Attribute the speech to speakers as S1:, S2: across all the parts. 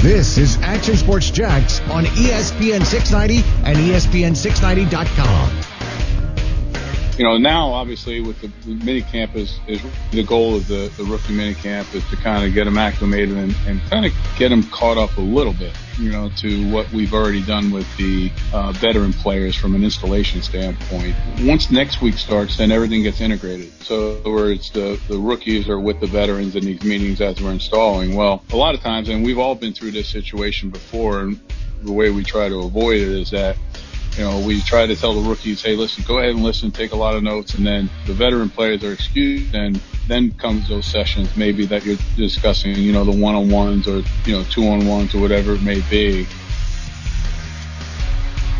S1: This is Action Sports Jax on E ESPN 690 and E ESPN690.com
S2: you know, now obviously with the mini camp is, is the goal of the, the rookie mini camp is to kind of get them acclimated and, and kind of get them caught up a little bit, you know, to what we've already done with the uh, veteran players from an installation standpoint. Once next week starts, then everything gets integrated. So where it's the, the rookies are with the veterans in these meetings as we're installing. Well, a lot of times, and we've all been through this situation before, and the way we try to avoid it is that you know, we try to tell the rookies, hey, listen, go ahead and listen, take a lot of notes, and then the veteran players are excused, and then comes those sessions maybe that you're discussing, you know, the one-on-ones or, you know, two-on-ones or whatever it may be.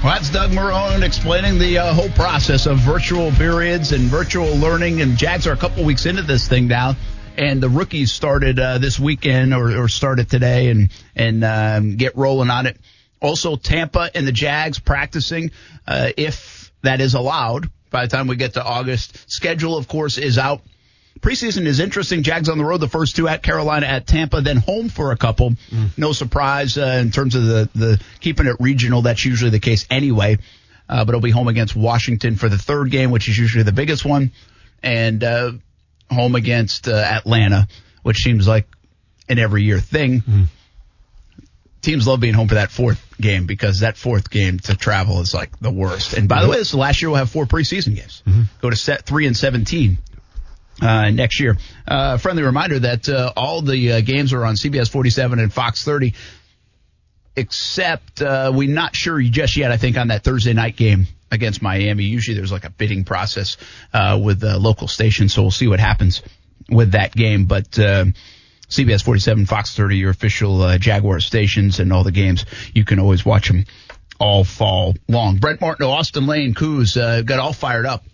S3: Well, that's Doug Marone explaining the uh, whole process of virtual periods and virtual learning, and Jags are a couple weeks into this thing now and the rookies started uh, this weekend or, or, started today and and um, get rolling on it. Also, Tampa and the Jags practicing uh, if that is allowed. By the time we get to August, schedule of course is out. Preseason is interesting. Jags on the road, the first two at Carolina, at Tampa, then home for a couple. Mm. No surprise uh, in terms of the the keeping it regional. That's usually the case anyway. Uh, but it'll be home against Washington for the third game, which is usually the biggest one, and home against uh, Atlanta, which seems like an every year thing. Mm. Teams love being home for that fourth game because that fourth game to travel is like the worst. And by mm-hmm. the way, this last year we'll have four preseason games. Mm-hmm. Go to set three and seventeen. Uh, next year. Uh, friendly reminder that uh, all the games are on CBS 47 and Fox 30, except we're not sure just yet, I think, on that Thursday night game against Miami. Usually there's like a bidding process uh, with the local station, so we'll see what happens with that game. But uh, CBS 47, Fox 30, your official uh, Jaguar stations, and all the games you can always watch them all fall long. Brent Martin, Austin Lane, Coos uh, got all fired up.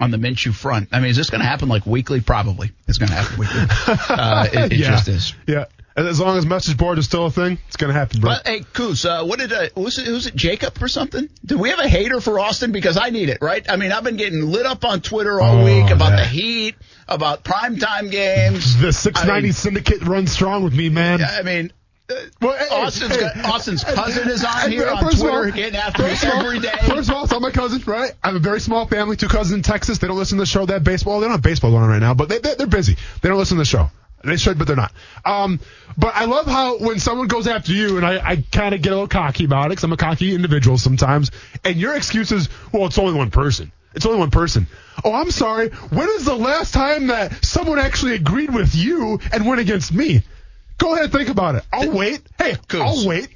S3: On the Minshew front, I mean, is this going to happen like weekly? Probably, it's going to happen weekly. it, it
S4: yeah.
S3: just is.
S4: Yeah, as long as message board is still a thing, it's going to happen, bro.
S3: But, hey, Coos, uh, what did uh, was it? Was it Jacob or something? Did we have a hater for Austin? Because I need it, right? I mean, I've been getting lit up on Twitter all oh, week about yeah. the Heat, about primetime games.
S4: The six ninety syndicate runs strong with me, man.
S3: I mean. Uh, well, hey, Austin's, hey, got, Austin's hey, cousin is on here on Twitter all, getting after me every day.
S4: First of all, it's all my cousins, right? I have a very small family, two cousins in Texas. They don't listen to the show. That baseball, they don't have baseball going on right now, but they, they, they're busy. They don't listen to the show. They should, but they're not. Um, but I love how when someone goes after you, and I, I kind of get a little cocky about it because I'm a cocky individual sometimes, and your excuse is, well, it's only one person. It's only one person. Oh, I'm sorry. When is the last time that someone actually agreed with you and went against me? Go ahead, think about it. I'll wait. Hey, I'll wait.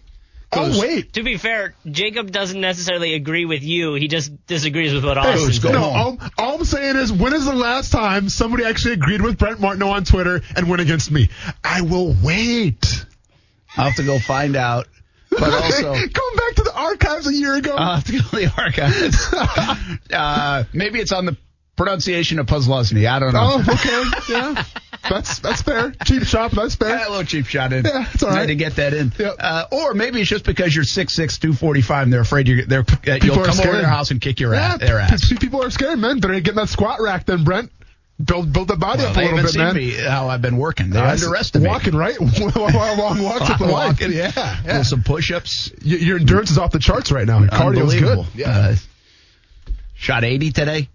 S4: I'll wait.
S5: To be fair, Jacob doesn't necessarily agree with you. He just disagrees with what
S3: Oh,
S5: Austin's
S4: hey, no, all, all, I'm saying is, when is the last time somebody actually agreed with Brent Martineau on Twitter and went against me? I will wait.
S3: I'll have to go find out. But also,
S4: going back to the archives a year ago.
S3: I'll have to go to the archives. uh, maybe it's on the pronunciation of Puzlosny. I don't know.
S4: Oh, okay. Yeah. that's that's fair. Cheap shop, that's fair.
S3: Yeah, a little cheap shot in.
S4: Yeah, it's all right.
S3: Glad to get that in.
S4: Yep.
S3: Uh, or maybe it's just because you're 6'6", 245, and they're afraid you're, they're, uh, you'll come scared. over their house and kick your
S4: yeah,
S3: ass, their ass.
S4: People are scared, man. They're getting that squat rack then, Brent. Build build the body
S3: well,
S4: up a little
S3: bit,
S4: man.
S3: Me, how I've been working. They uh, underestimated
S4: walking, right? long walks at the walk.
S3: Yeah, yeah. With some push-ups.
S4: Y- your endurance is off the charts right now. Your cardio's good.
S3: Yeah. shot 80 today.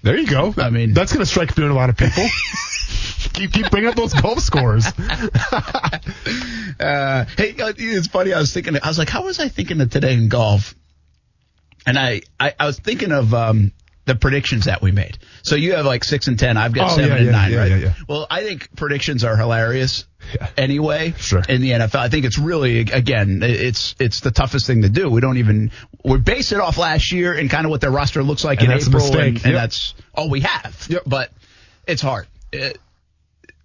S4: There you go.
S3: I mean,
S4: that's going to strike fear in a lot of people. keep keep bringing up those golf scores.
S3: uh, hey, it's funny. I was thinking. I was like, how was I thinking of today in golf? And I I, I was thinking of um, the predictions that we made. So you have like six and ten. I've got
S4: oh,
S3: seven
S4: yeah,
S3: and
S4: yeah,
S3: nine,
S4: yeah,
S3: right? Well, I think predictions are hilarious. Anyway,
S4: sure.
S3: in the NFL, I think it's really again, it's it's the toughest thing to do. We don't even we base it off last year and kind of what their roster looks like
S4: And
S3: in
S4: that's a
S3: April,
S4: mistake.
S3: and, and
S4: Yep.
S3: that's all we have.
S4: Yep.
S3: Uh, But it's hard. It-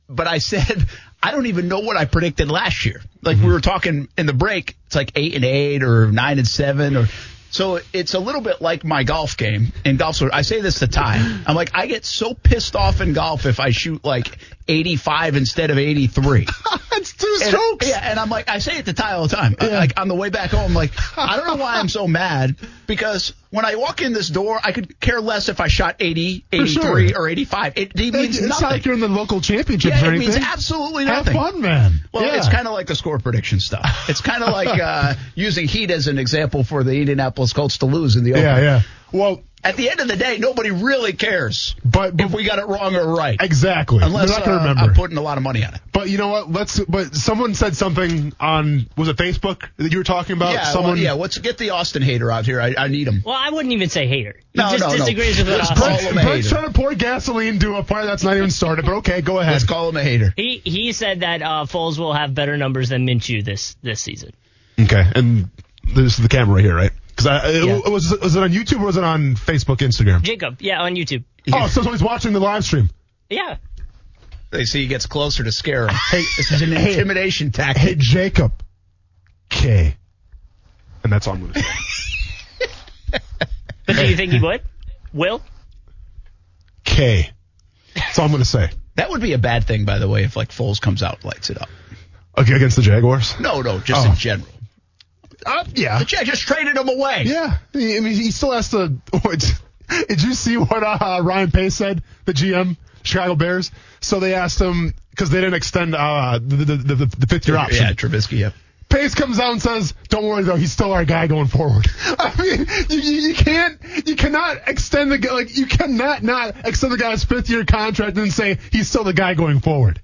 S3: but I said I don't even know what I predicted last year. Like
S4: Mm-hmm.
S3: we were talking in the break, it's like eight and eight or nine and seven or so it's a little bit like my golf game in golf. So I say this to Ty. I'm like, I get so pissed off in golf if I shoot like 85 instead of 83.
S4: That's two
S3: And-
S4: strokes.
S3: Yeah, and I'm like, I say it to Ty all the time. Like on the way back home, like I don't know why I'm so mad because when I walk in this door, I could care less if I shot 80,
S4: For
S3: 83,
S4: sure.
S3: or 85. It, it means
S4: It's not
S3: nothing.
S4: like you're in the local championships
S3: Yeah,
S4: or
S3: it means
S4: anything.
S3: absolutely
S4: Have
S3: nothing.
S4: fun, man.
S3: Well,
S4: Yeah.
S3: it's kind of like the score prediction stuff. It's kind of like uh, using heat as an example for the Indianapolis Colts to lose in the Open.
S4: Yeah, yeah. Well,
S3: At the end of the day, nobody really cares
S4: But- but-
S3: if we got it wrong or right,
S4: exactly.
S3: unless
S4: They're not gonna
S3: uh,
S4: remember.
S3: I'm putting a lot of money on it.
S4: But you know what? Let's. But someone said something on was it Facebook that you were talking about?
S3: yeah,
S4: someone.
S3: well, yeah. Let's get the Austin hater out here. I, I need him.
S5: Well, I wouldn't even say hater. He
S3: No,
S5: just
S3: no, no.
S5: disagrees with what
S3: Let's
S5: Austin
S3: call
S5: said.
S3: him a
S4: Frank's
S3: hater.
S4: trying to pour gasoline to a fire that's not even started. But okay, go ahead.
S3: Let's call him a hater.
S5: He he said that uh, Foles will have better numbers than Minshew this this season.
S4: Okay, and this is the camera right here, right? Because I it,
S5: Yeah.
S4: it was was it on YouTube or was it on Facebook, Instagram?
S5: Jacob, yeah, on YouTube.
S4: Oh, so someone's watching the live stream.
S5: Yeah.
S3: They see he gets closer to scare him. Hey, this is an intimidation tactic.
S4: Hey, Jacob. K. And that's all I'm gonna say.
S5: But do you think he would? Will?
S4: K. That's all I'm gonna say.
S3: That would be a bad thing, by the way, if like Foles comes out and lights it up.
S4: Okay, against the Jaguars.
S3: No, no, just
S4: Oh.
S3: in general.
S4: Uh, yeah.
S3: The Jags just traded him away.
S4: Yeah, I mean, he still has to. Did you see what uh, Ryan Pace said, the GM, Chicago Bears? So they asked him because they didn't extend uh, the, the, the, the, the fifth year option.
S3: yeah, Trubisky. Yeah.
S4: Pace comes out and says, "Don't worry though, he's still our guy going forward." I mean, you, you, you can't, you cannot extend the guy- like you cannot not extend the guy's fifth year contract and say he's still the guy going forward.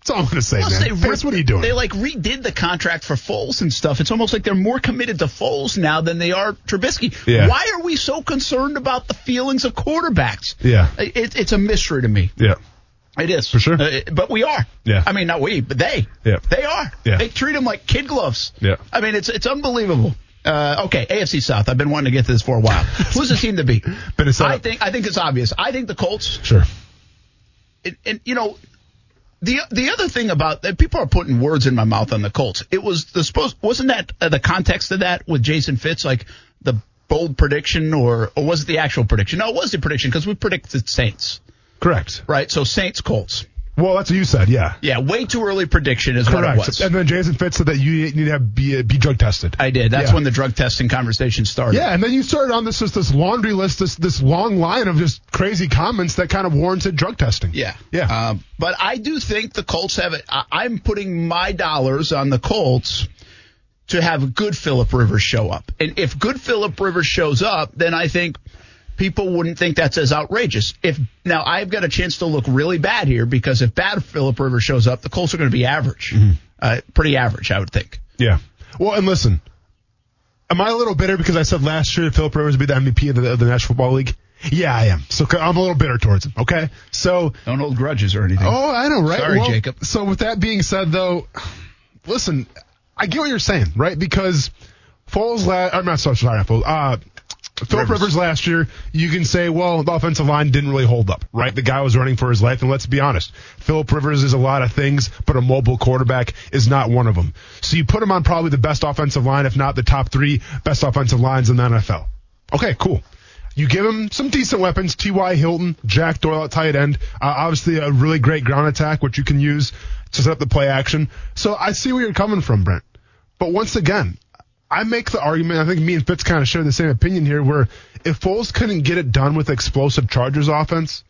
S4: That's all I'm gonna say,
S3: Plus,
S4: man.
S3: they
S4: Pace,
S3: re-
S4: what are you doing?
S3: They like redid the contract for Foles and stuff. It's almost like they're more committed to Foles now than they are Trubisky.
S4: Yeah.
S3: Why are we so concerned about the feelings of quarterbacks?
S4: Yeah.
S3: It, it's a mystery to me.
S4: yeah,
S3: It is
S4: For sure.
S3: Uh, but we are.
S4: Yeah.
S3: I mean, not we, but they.
S4: Yeah.
S3: They are.
S4: Yeah.
S3: They treat them like kid gloves.
S4: Yeah.
S3: I mean, it's it's unbelievable. Uh, okay, AFC South. I've been wanting to get to this for a while. Who's the team to beat?
S4: Minnesota.
S3: I think I think it's obvious. I think the Colts.
S4: sure.
S3: And, and you know, the the other thing about that people are putting words in my mouth on the Colts. It was the supposed wasn't that uh, the context of that with Jason Fitz like the bold prediction or or was it the actual prediction? No, it was the prediction because we predicted Saints,
S4: Correct.
S3: right? So Saints Colts.
S4: Well, that's what you said. Yeah.
S3: Yeah, way too early prediction is what it
S4: Correct.
S3: was.
S4: And then Jason Fitz said that you need to have, be, be drug tested.
S3: I did. That's
S4: Yeah.
S3: when the drug testing conversation started.
S4: Yeah, and then you started on this just this laundry list, this this long line of just crazy comments that kind of warranted drug testing.
S3: Yeah.
S4: Yeah.
S3: Um, but I do think the Colts have it. I- I'm putting my dollars on the Colts to have good Philip Rivers show up. And if good Philip Rivers shows up, then I think people wouldn't think that's as outrageous. If now I've got a chance to look really bad here because if bad Philip Rivers shows up, the Colts are going to be average,
S4: Mm-hmm.
S3: uh, pretty average, I would think.
S4: yeah. Well, and listen, am I a little bitter because I said last year Philip Rivers would be the MVP of the, of the National Football League? Yeah, I am. So c- I'm a little bitter towards him. Okay. So.
S3: Don't hold grudges or anything.
S4: Oh, I know, right?
S3: Sorry,
S4: Well,
S3: Jacob.
S4: So with that being said, though, listen, I get what you're saying, right? Because Foles last, I'm not so sorry, not Foles. Uh, Philip Rivers. last year, you can say, well, the offensive line didn't really hold up, right? The guy was running for his life, and let's be honest, Philip Rivers is a lot of things, but a mobile quarterback is not one of them. So you put him on probably the best offensive line, if not the top three best offensive lines in the NFL. Okay, cool. You give him some decent weapons, T.Y. Hilton, Jack Doyle at tight end, uh, obviously a really great ground attack, which you can use to set up the play action. So I see where you're coming from, Brent. But once again, I make the argument, I think me and Fitz kind of share the same opinion here, where if Foles couldn't get it done with explosive Chargers offense,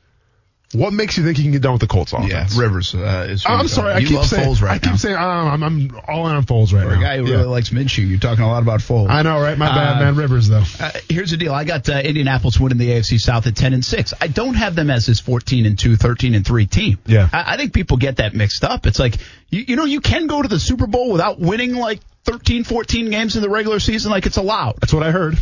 S4: what makes you think he can get done with the Colts offense?
S3: yeah, Rivers uh, is.
S4: I'm sorry,
S3: you
S4: I keep
S3: love
S4: saying,
S3: Foles right
S4: I keep
S3: now.
S4: saying, um, I'm, I'm all in on Foles right
S3: For a
S4: now.
S3: guy who
S4: Yeah.
S3: really likes Minshew, you're talking a lot about Foles.
S4: I know, right? My bad,
S3: Uh,
S4: man. Rivers though.
S3: Uh, here's the deal. I got uh, Indianapolis winning the AFC South at 10 and 6. I don't have them as this 14 and 2, 13 and 3 team.
S4: Yeah.
S3: I, I think people get that mixed up. It's like, you, you know, you can go to the Super Bowl without winning like 13, 14 games in the regular season. Like it's allowed.
S4: That's what I heard.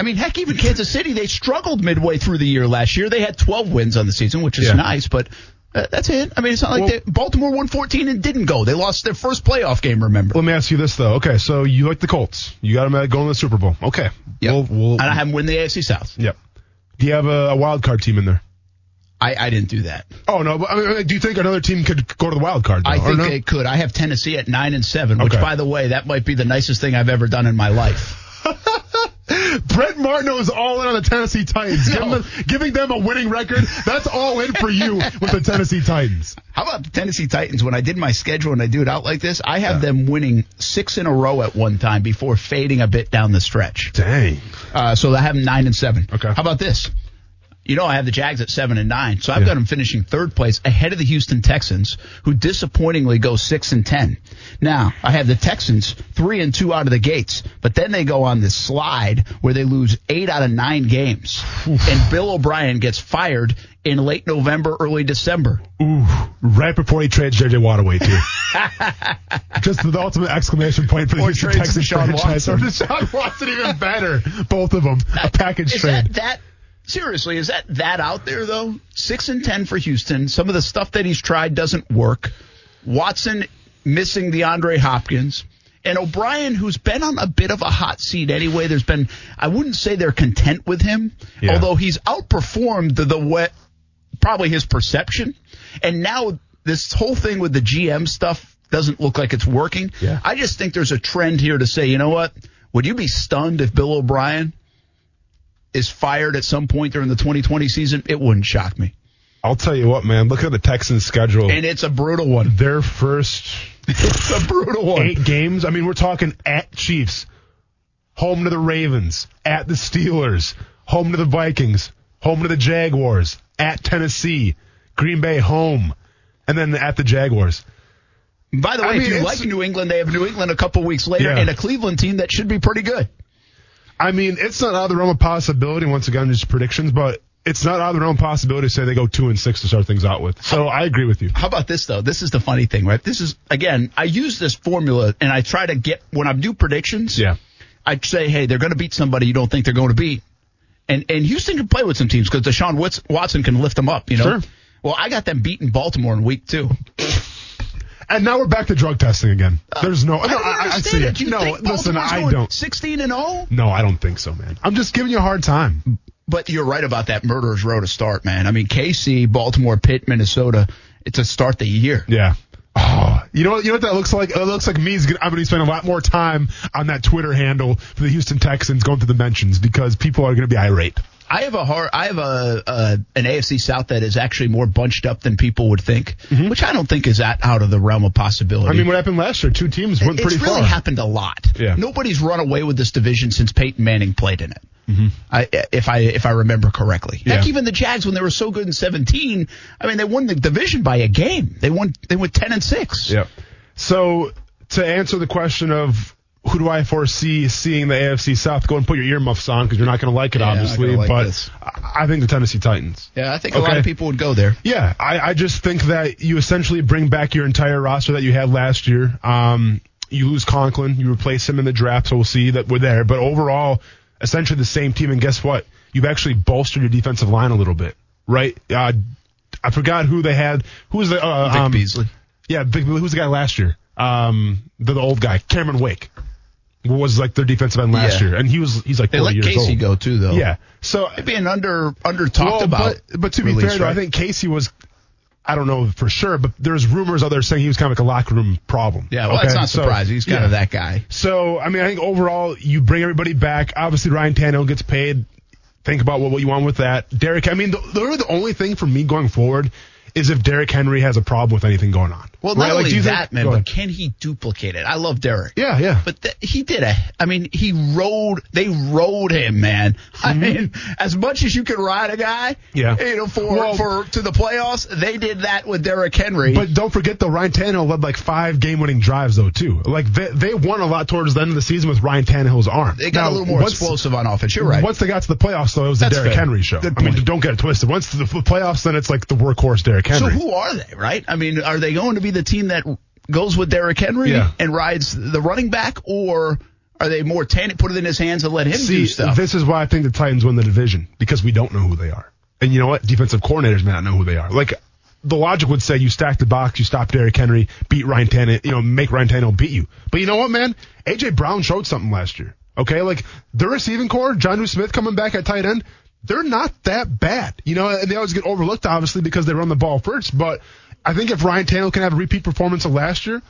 S3: I mean, heck, even Kansas City, they struggled midway through the year last year. They had 12 wins on the season, which is
S4: Yeah.
S3: nice, but uh, that's it. I mean, it's not like
S4: Well-
S3: they, Baltimore won 14 and didn't go. They lost their first playoff game, remember?
S4: Let me ask you this though. Okay, so you like the Colts. You got them uh, going to the Super Bowl. Okay.
S3: Yep.
S4: We'll, we'll,
S3: and I have them win the AFC South.
S4: yep. Do you have a, a wild card team in there?
S3: I, I didn't do that.
S4: Oh no! But, I mean, do you think another team could go to the wild card? Though,
S3: I
S4: or
S3: think
S4: no?
S3: they could. I have Tennessee at nine and seven, which,
S4: Okay.
S3: by the way, that might be the nicest thing I've ever done in my life.
S4: Brett Martineau is all in on the Tennessee Titans, Give
S3: No.
S4: them- giving them a winning record. That's all in for you with the Tennessee Titans.
S3: How about the Tennessee Titans? When I did my schedule and I do it out like this, I have them winning six in a row at one time before fading a bit down the stretch.
S4: Dang.
S3: Uh, so I have them nine and seven.
S4: Okay.
S3: How about this? You know, I have the Jags at seven and nine, so I've
S4: Yeah.
S3: got them finishing third place ahead of the Houston Texans, who disappointingly go six and ten. Now I have the Texans three and two out of the gates, but then they go on this slide where they lose eight out of nine games, and Bill O'Brien gets fired in late November, early December.
S4: Ooh, right before he trades JJ Watt away too. Just the ultimate exclamation point for the
S3: Or
S4: Houston
S3: trades
S4: Texans
S3: Deshaun
S4: franchise.
S3: Watson.
S4: Or Deshaun Watson, even better. Both of them, a package
S3: is
S4: trade.
S3: that that seriously is that that out there though six and ten for houston some of the stuff that he's tried doesn't work watson missing deandre hopkins and O'Brien, who's been on a bit of a hot seat anyway, there's been, I wouldn't say they're content with him,
S4: Yeah.
S3: although he's outperformed the, the way, probably his perception. And now this whole thing with the GM stuff doesn't look like it's working.
S4: Yeah.
S3: I just think there's a trend here to say, you know what? Would you be stunned if Bill O'Brien is fired at some point during the 2020 season? It wouldn't shock me.
S4: I'll tell you what, man. Look at the Texans' schedule.
S3: And it's a brutal one.
S4: Their first
S3: It's a brutal one.
S4: eight games. I mean, we're talking at Chiefs, home to the Ravens, at the Steelers, home to the Vikings, home to the Jaguars, at Tennessee, Green Bay home, and then at the Jaguars.
S3: By the way,
S4: I mean,
S3: if you
S4: it's-
S3: like New England, they have New England a couple weeks later
S4: Yeah.
S3: and a Cleveland team that should be pretty good.
S4: I mean, it's not out of the realm of possibility. Once again, just predictions, but it's not out of the realm of possibility to say they go two and six to start things out with. So I agree with you.
S3: How about this though? This is the funny thing, right? This is again, I use this formula and I try to get when I do predictions.
S4: Yeah.
S3: I say, hey, they're going to beat somebody you don't think they're going to beat. And and Houston can play with some teams because Deshaun Wats- Watson can lift them up, you know.
S4: Sure.
S3: Well, I got them beating Baltimore in week two.
S4: And now we're back to drug testing again. There's no, no,
S3: don't
S4: I, I
S3: Uh, understand
S4: see
S3: it.
S4: it.
S3: You
S4: No,
S3: think
S4: listen,
S3: Baltimore's
S4: I
S3: going
S4: don't.
S3: 16 and oh? 0?
S4: No, I don't think so, man. I'm just giving you a hard time.
S3: But you're right about that murderer's row to start, man. I mean, KC, Baltimore, Pitt, Minnesota, it's a start the year.
S4: Yeah. Oh, you know, you know what that looks like? It looks like me's gonna, I'm going to spend a lot more time on that Twitter handle for the Houston Texans going through the mentions because people are going to be irate.
S3: I have a hard, I have a uh, an AFC South that is actually more bunched up than people would think, which I don't think is that out of the realm of possibility.
S4: Mm-hmm. I mean, what happened last year? Two teams
S3: it's
S4: went pretty
S3: really
S4: far.
S3: happened a lot.
S4: Yeah.
S3: Nobody's run away with this division since Peyton Manning played in it. I, if I if I remember correctly, heck,
S4: Mm-hmm. Yeah.
S3: even the Jags when they were so good in seventeen, I mean they won the division by a game. They won they went ten and six.
S4: Yep. So to answer the question of who do I foresee seeing the AFC South, go and put your earmuffs on because you're not going to like it,
S3: Yeah, I'm not
S4: obviously.
S3: gonna like
S4: but
S3: this.
S4: I I think the Tennessee Titans.
S3: Yeah, I think a lot
S4: Okay.
S3: of people would go there.
S4: Yeah, I, I just think that you essentially bring back your entire roster that you had last year. Um, you lose Conklin, you replace him in the draft, so we'll see that we're there. But overall, essentially the same team. And guess what? You've actually bolstered your defensive line a little bit, right? Uh, I forgot who they had. Who was the uh,
S3: Vic
S4: um,
S3: Beasley.
S4: Yeah, Vic, who was the guy last year? Um, the, the old guy, Cameron Wake, was like their defensive end last
S3: Yeah.
S4: year, and he was he's like
S3: They
S4: 40
S3: let
S4: years
S3: Casey
S4: old.
S3: go too though.
S4: Yeah, so
S3: being under under talked
S4: well,
S3: about.
S4: But, but to be
S3: release,
S4: fair, though,
S3: right?
S4: I think Casey was. I don't know for sure, but there's rumors out there saying he was kind of like a locker room problem.
S3: yeah, well, it's
S4: Okay?
S3: not
S4: So-
S3: surprising. He's kind
S4: yeah.
S3: of that guy.
S4: So, I mean, I think overall, you bring everybody back. Obviously, Ryan Tannehill gets paid. Think about what, what you want with that. Derek, I mean, the, the, really the only thing for me going forward is if Derrick Henry has a problem with anything going on.
S3: Well, not
S4: Right? Like,
S3: only
S4: do you think-
S3: that, man,
S4: go
S3: but
S4: ahead.
S3: can he duplicate it? I love Derek.
S4: yeah, yeah.
S3: But th- he did a. I mean, he rode. They rode him, man. I mean, as much as you can ride a guy,
S4: Mm-hmm. Yeah.
S3: you know, for
S4: Well-
S3: for to the playoffs, they did that with Derrick Henry.
S4: But don't forget though, Ryan Tannehill led like five game-winning drives though too. Like they, they won a lot towards the end of the season with Ryan Tannehill's arm.
S3: they got a
S4: Now,
S3: little more
S4: once-
S3: explosive on offense. You're right.
S4: Once they got to the playoffs, though, it was the
S3: That's
S4: Derrick
S3: fair.
S4: Henry show.
S3: Good
S4: I mean,
S3: point.
S4: don't get it twisted. Once the, the playoffs, then it's like the workhorse Derrick
S3: so
S4: Henry.
S3: who are they? Right? I mean, are they going to be the team that goes with Derrick Henry
S4: Yeah.
S3: and rides the running back, or are they more Tannehill, put it in his hands and let him do
S4: See,
S3: stuff?
S4: this is why I think the Titans win the division because we don't know who they are. And you know what? Defensive coordinators may not know who they are. Like the logic would say, you stack the box, you stop Derrick Henry, beat Ryan Tannehill, you know, make Ryan Tannehill beat you. But you know what, man? AJ Brown showed something last year. Okay, like the receiving core, John Smith coming back at tight end. they're not that bad. You know, and they always get overlooked, obviously, because they run the ball first. But I think if Ryan Tannehill can have a repeat performance of last year,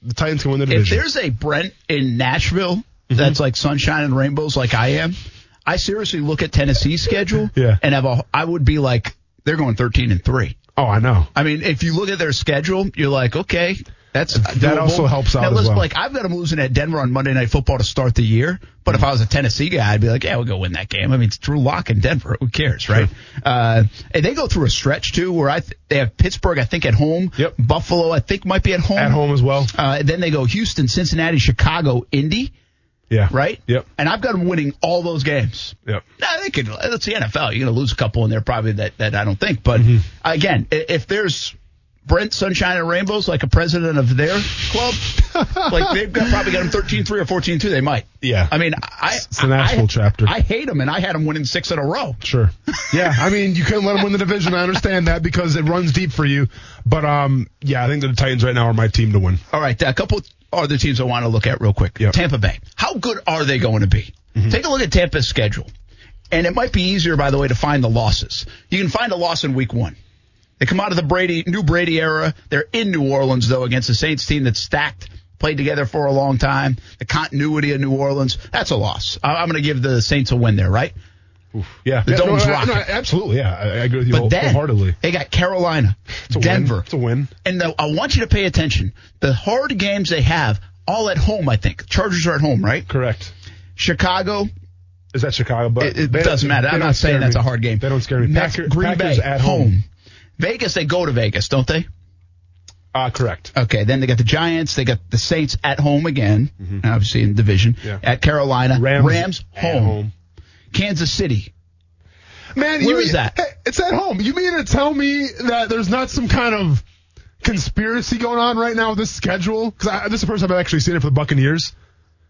S4: the Titans can win the
S3: If
S4: division.
S3: there's a Brent in Nashville
S4: Mm-hmm.
S3: that's like sunshine and rainbows, like I am, I seriously look at Tennessee's schedule
S4: Yeah.
S3: and have a. I would be like, they're going 13 and three.
S4: oh, I know.
S3: I mean, if you look at their schedule, you're like, okay, that's doable.
S4: also helps out
S3: Now,
S4: as
S3: let's-
S4: well.
S3: Like, I've got them losing at Denver on Monday Night Football to start the year, but
S4: Mm-hmm.
S3: if I was a Tennessee guy, I'd be like, yeah, we'll go win that game. I mean, it's Drew Lock in Denver. Who cares, right? Uh, and they go through a stretch too, where I th- they have Pittsburgh, I think, at home.
S4: Yep.
S3: Buffalo, I think, might be at home.
S4: At home as well.
S3: Uh, then they go Houston, Cincinnati, Chicago, Indy,
S4: Yeah.
S3: right?
S4: Yep.
S3: And I've got them winning all those games.
S4: Yep.
S3: Nah, they could. That's the NFL. You're going to lose a couple in there, probably that, that I don't think. But
S4: Mm-hmm.
S3: again, i- if there's Brent Sunshine and Rainbows, like a president of their club, like they've got, probably got them 13 3 or 14 2, they might.
S4: Yeah.
S3: I mean, I.
S4: It's the Nashville
S3: I,
S4: chapter.
S3: I hate them, and I had them winning six in a row.
S4: Sure. Yeah, I mean, you couldn't let them win the division. I understand that because it runs deep for you. But um, yeah, I think the Titans right now are my team to win.
S3: All right, a couple other teams I want to look at real quick.
S4: Yep.
S3: Tampa Bay. How good are they going to be?
S4: Mm-hmm.
S3: Take a look at Tampa's schedule. And it might be easier, by the way, to find the losses. You can find a loss in week one. They come out of the Brady, new Brady era. They're in New Orleans, though, against the Saints team that's stacked, played together for a long time. The continuity of New Orleans, that's a loss. I- I'm going to give the Saints a win there, right?
S4: Yeah,
S3: The
S4: yeah,
S3: dome's
S4: no, I- no,
S3: rocking.
S4: absolutely. Yeah, I, I agree with you
S3: But
S4: whole-
S3: then
S4: wholeheartedly.
S3: they got Carolina,
S4: a win.
S3: Denver.
S4: It's a win.
S3: And the, I want you to pay attention. The hard games they have all at home. I think Chargers are at home, right?
S4: Correct.
S3: Chicago.
S4: Is that Chicago? But
S3: It, it
S4: they-
S3: doesn't matter.
S4: they
S3: I'm
S4: don't
S3: not saying
S4: scare
S3: that's
S4: me.
S3: a hard game.
S4: They don't scare me.
S3: Next,
S4: Packer-
S3: Green
S4: Packers
S3: Bay
S4: at home.
S3: Vegas. They go to Vegas, don't they?
S4: Ah, correct.
S3: Okay. Then they got the Giants. They got the Saints at home again. Obviously in division.
S4: Mm-hmm. Yeah.
S3: At Carolina.
S4: Rams, at
S3: home. Kansas City.
S4: Man,
S3: Where
S4: you
S3: is
S4: mean,
S3: that?
S4: Hey, it's at home. You mean to tell me that there's not some kind of conspiracy going on right now with this schedule? Because this is the first time I've actually seen it for the Buccaneers.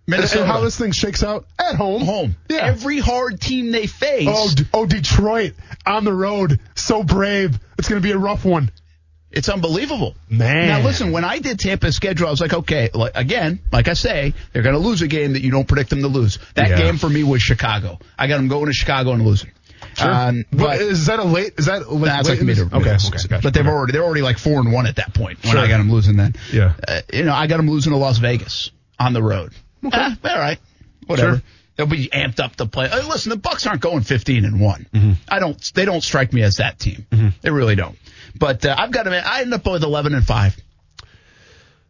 S4: And,
S3: Minnesota.
S4: and how this thing shakes out at home.
S3: home.
S4: Yeah.
S3: Every hard team they face.
S4: Oh, D- oh, Detroit on the road. So brave. It's going to be a rough one.
S3: It's unbelievable.
S4: Man.
S3: Now, listen, when I did Tampa's schedule, I was like, okay, like, again, like I say, they're going to lose a game that you don't predict them to lose. That
S4: Yeah.
S3: game for me was Chicago. I got them going to Chicago and losing. Um,
S4: but,
S3: but
S4: is that a late? Is that late?
S3: that's like
S4: late-
S3: mid.
S4: Okay, okay, gotcha.
S3: But they've
S4: Okay.
S3: already they're already like four and one at that point when
S4: Sure.
S3: I got them losing then.
S4: Yeah.
S3: Uh, you know, I got them losing to Las Vegas on the road. Ah, all right, whatever.
S4: Sure.
S3: They'll be amped up to play. Hey, listen, the Bucks aren't going 15 and one.
S4: Mm-hmm.
S3: I don't. They don't strike me as that team. They really don't. But uh, I've got them. I end up with 11 and five.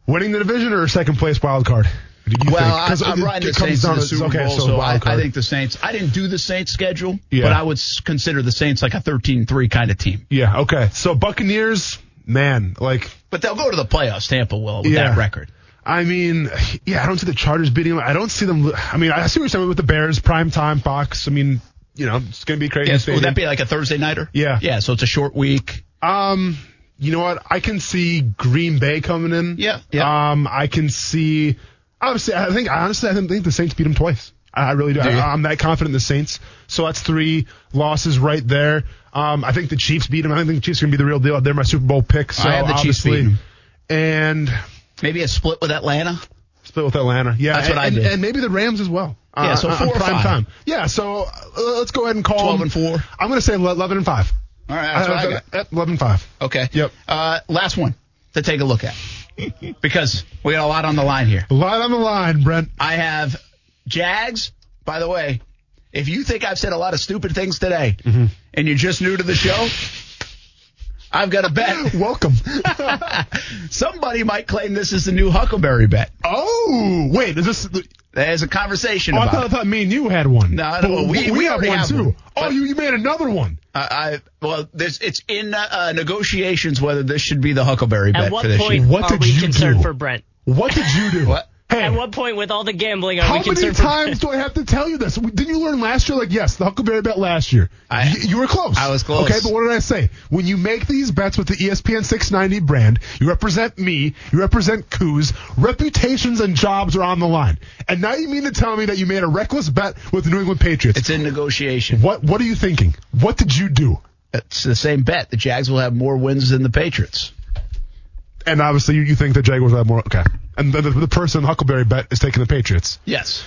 S4: winning the division or second place wild card. Do you
S3: Well, I,
S4: think? 'Cause
S3: I'm
S4: it-
S3: riding
S4: it
S3: the
S4: comes
S3: Saints in
S4: down
S3: the
S4: to-
S3: Super
S4: okay,
S3: Bowl, so, I,
S4: wild
S3: I
S4: card.
S3: think the Saints. I didn't do the Saints schedule,
S4: Yeah.
S3: but I would s- consider the Saints like a 13-3 kind of team.
S4: Yeah. Okay. So Buccaneers, man, like
S3: But they'll go to the playoffs. Tampa will with
S4: Yeah.
S3: that record.
S4: I mean, yeah, I don't see the Chargers beating them. I don't see them. lo- I mean, I see what you're saying with the Bears, prime time, Fox. I mean, you know, it's gonna be crazy.
S3: Yes, would
S4: stadium.
S3: that be like a Thursday nighter?
S4: Yeah.
S3: Yeah, so it's a short week.
S4: Um, you know what? I can see Green Bay coming in.
S3: Yeah, yeah.
S4: Um, I can see. Obviously, I think honestly, I think the Saints beat them twice. I I really do.
S3: Do you?
S4: I, I'm that confident in the Saints. So that's three losses right there. Um, I think the Chiefs beat them. I think the Chiefs are gonna be the real deal. They're my Super Bowl pick. So
S3: I have the Chiefs
S4: obviously,
S3: beating
S4: and
S3: Maybe a split with Atlanta.
S4: split with Atlanta. Yeah,
S3: That's
S4: and,
S3: what I
S4: and,
S3: did.
S4: and maybe the Rams as well.
S3: Yeah, so
S4: on- on
S3: four or
S4: prime
S3: five.
S4: time. Yeah, so uh, let's go ahead and call
S3: 12
S4: them-
S3: and four.
S4: I'm gonna say le- 11 and five.
S3: All right, that's what I got.
S4: Uh, 11 and five.
S3: Okay.
S4: Yep.
S3: Uh, last one to take a look at because we got a lot on the line here.
S4: A lot on the line, Brent.
S3: I have Jags. By the way, if you think I've said a lot of stupid things today
S4: Mm-hmm.
S3: and you're just new to the show, I've got a bet.
S4: Welcome.
S3: Somebody might claim this is the new Huckleberry bet.
S4: oh, wait, is this? Oh,
S3: There's a conversation
S4: I
S3: about
S4: thought, I
S3: it.
S4: thought me and you had one.
S3: No, no,
S4: But
S3: we- we
S4: have
S3: already
S4: one
S3: have
S4: too.
S3: one.
S4: oh,
S3: But-
S4: you, you made another one.
S3: I, I well, there's it's in uh, uh, negotiations whether this should be the Huckleberry
S5: At
S3: bet
S5: what
S3: for this
S5: point
S3: year.
S4: What
S5: are
S4: did
S5: we
S4: you
S5: concerned
S4: do?
S5: for Brent?
S4: What did you do?
S3: What?
S4: Hey,
S5: At what point, with all the gambling, are
S4: how
S5: we
S4: many
S5: concerned for
S4: times do I have to tell you this? Didn't you learn last year? Like, yes, the Huckleberry bet last year.
S3: I-
S4: Y- you were close.
S3: I was close.
S4: Okay, but what did I say? When you make these bets with the E ESPN 690 brand, you represent me, you represent Coos, reputations and jobs are on the line. And now you mean to tell me that you made a reckless bet with the New England Patriots?
S3: It's in negotiation.
S4: What What are you thinking? What did you do?
S3: It's the same bet. The Jags will have more wins than the Patriots.
S4: And obviously, you, you think the Jaguars will have more. Okay, and the, the, the person Huckleberry bet is taking the Patriots.
S3: Yes.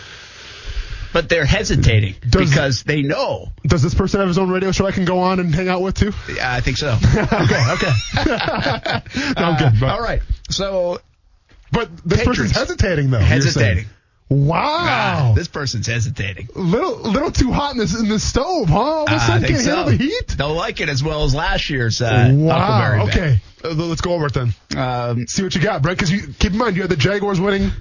S3: but they're hesitating
S4: Does-
S3: because they know.
S4: Does this person have his own radio show I can go on and hang out with too?
S3: Yeah, I think so. okay, okay.
S4: No, I'm good. But,
S3: All right. So
S4: But this
S3: Patriots.
S4: person's hesitating though. you're
S3: Hesitating.
S4: saying. Wow.
S3: ah, this person's hesitating.
S4: little little too hot in this in the stove, huh? All of a
S3: Ah,
S4: sudden
S3: I
S4: can't
S3: think so.
S4: handle the heat.
S3: They'll like it as well as last year's. Uh, Huckleberry
S4: wow.
S3: Bend.
S4: Okay. Uh, Let's go over it then.
S3: Um,
S4: See what you got, Brent. Because you keep in mind you had the Jaguars winning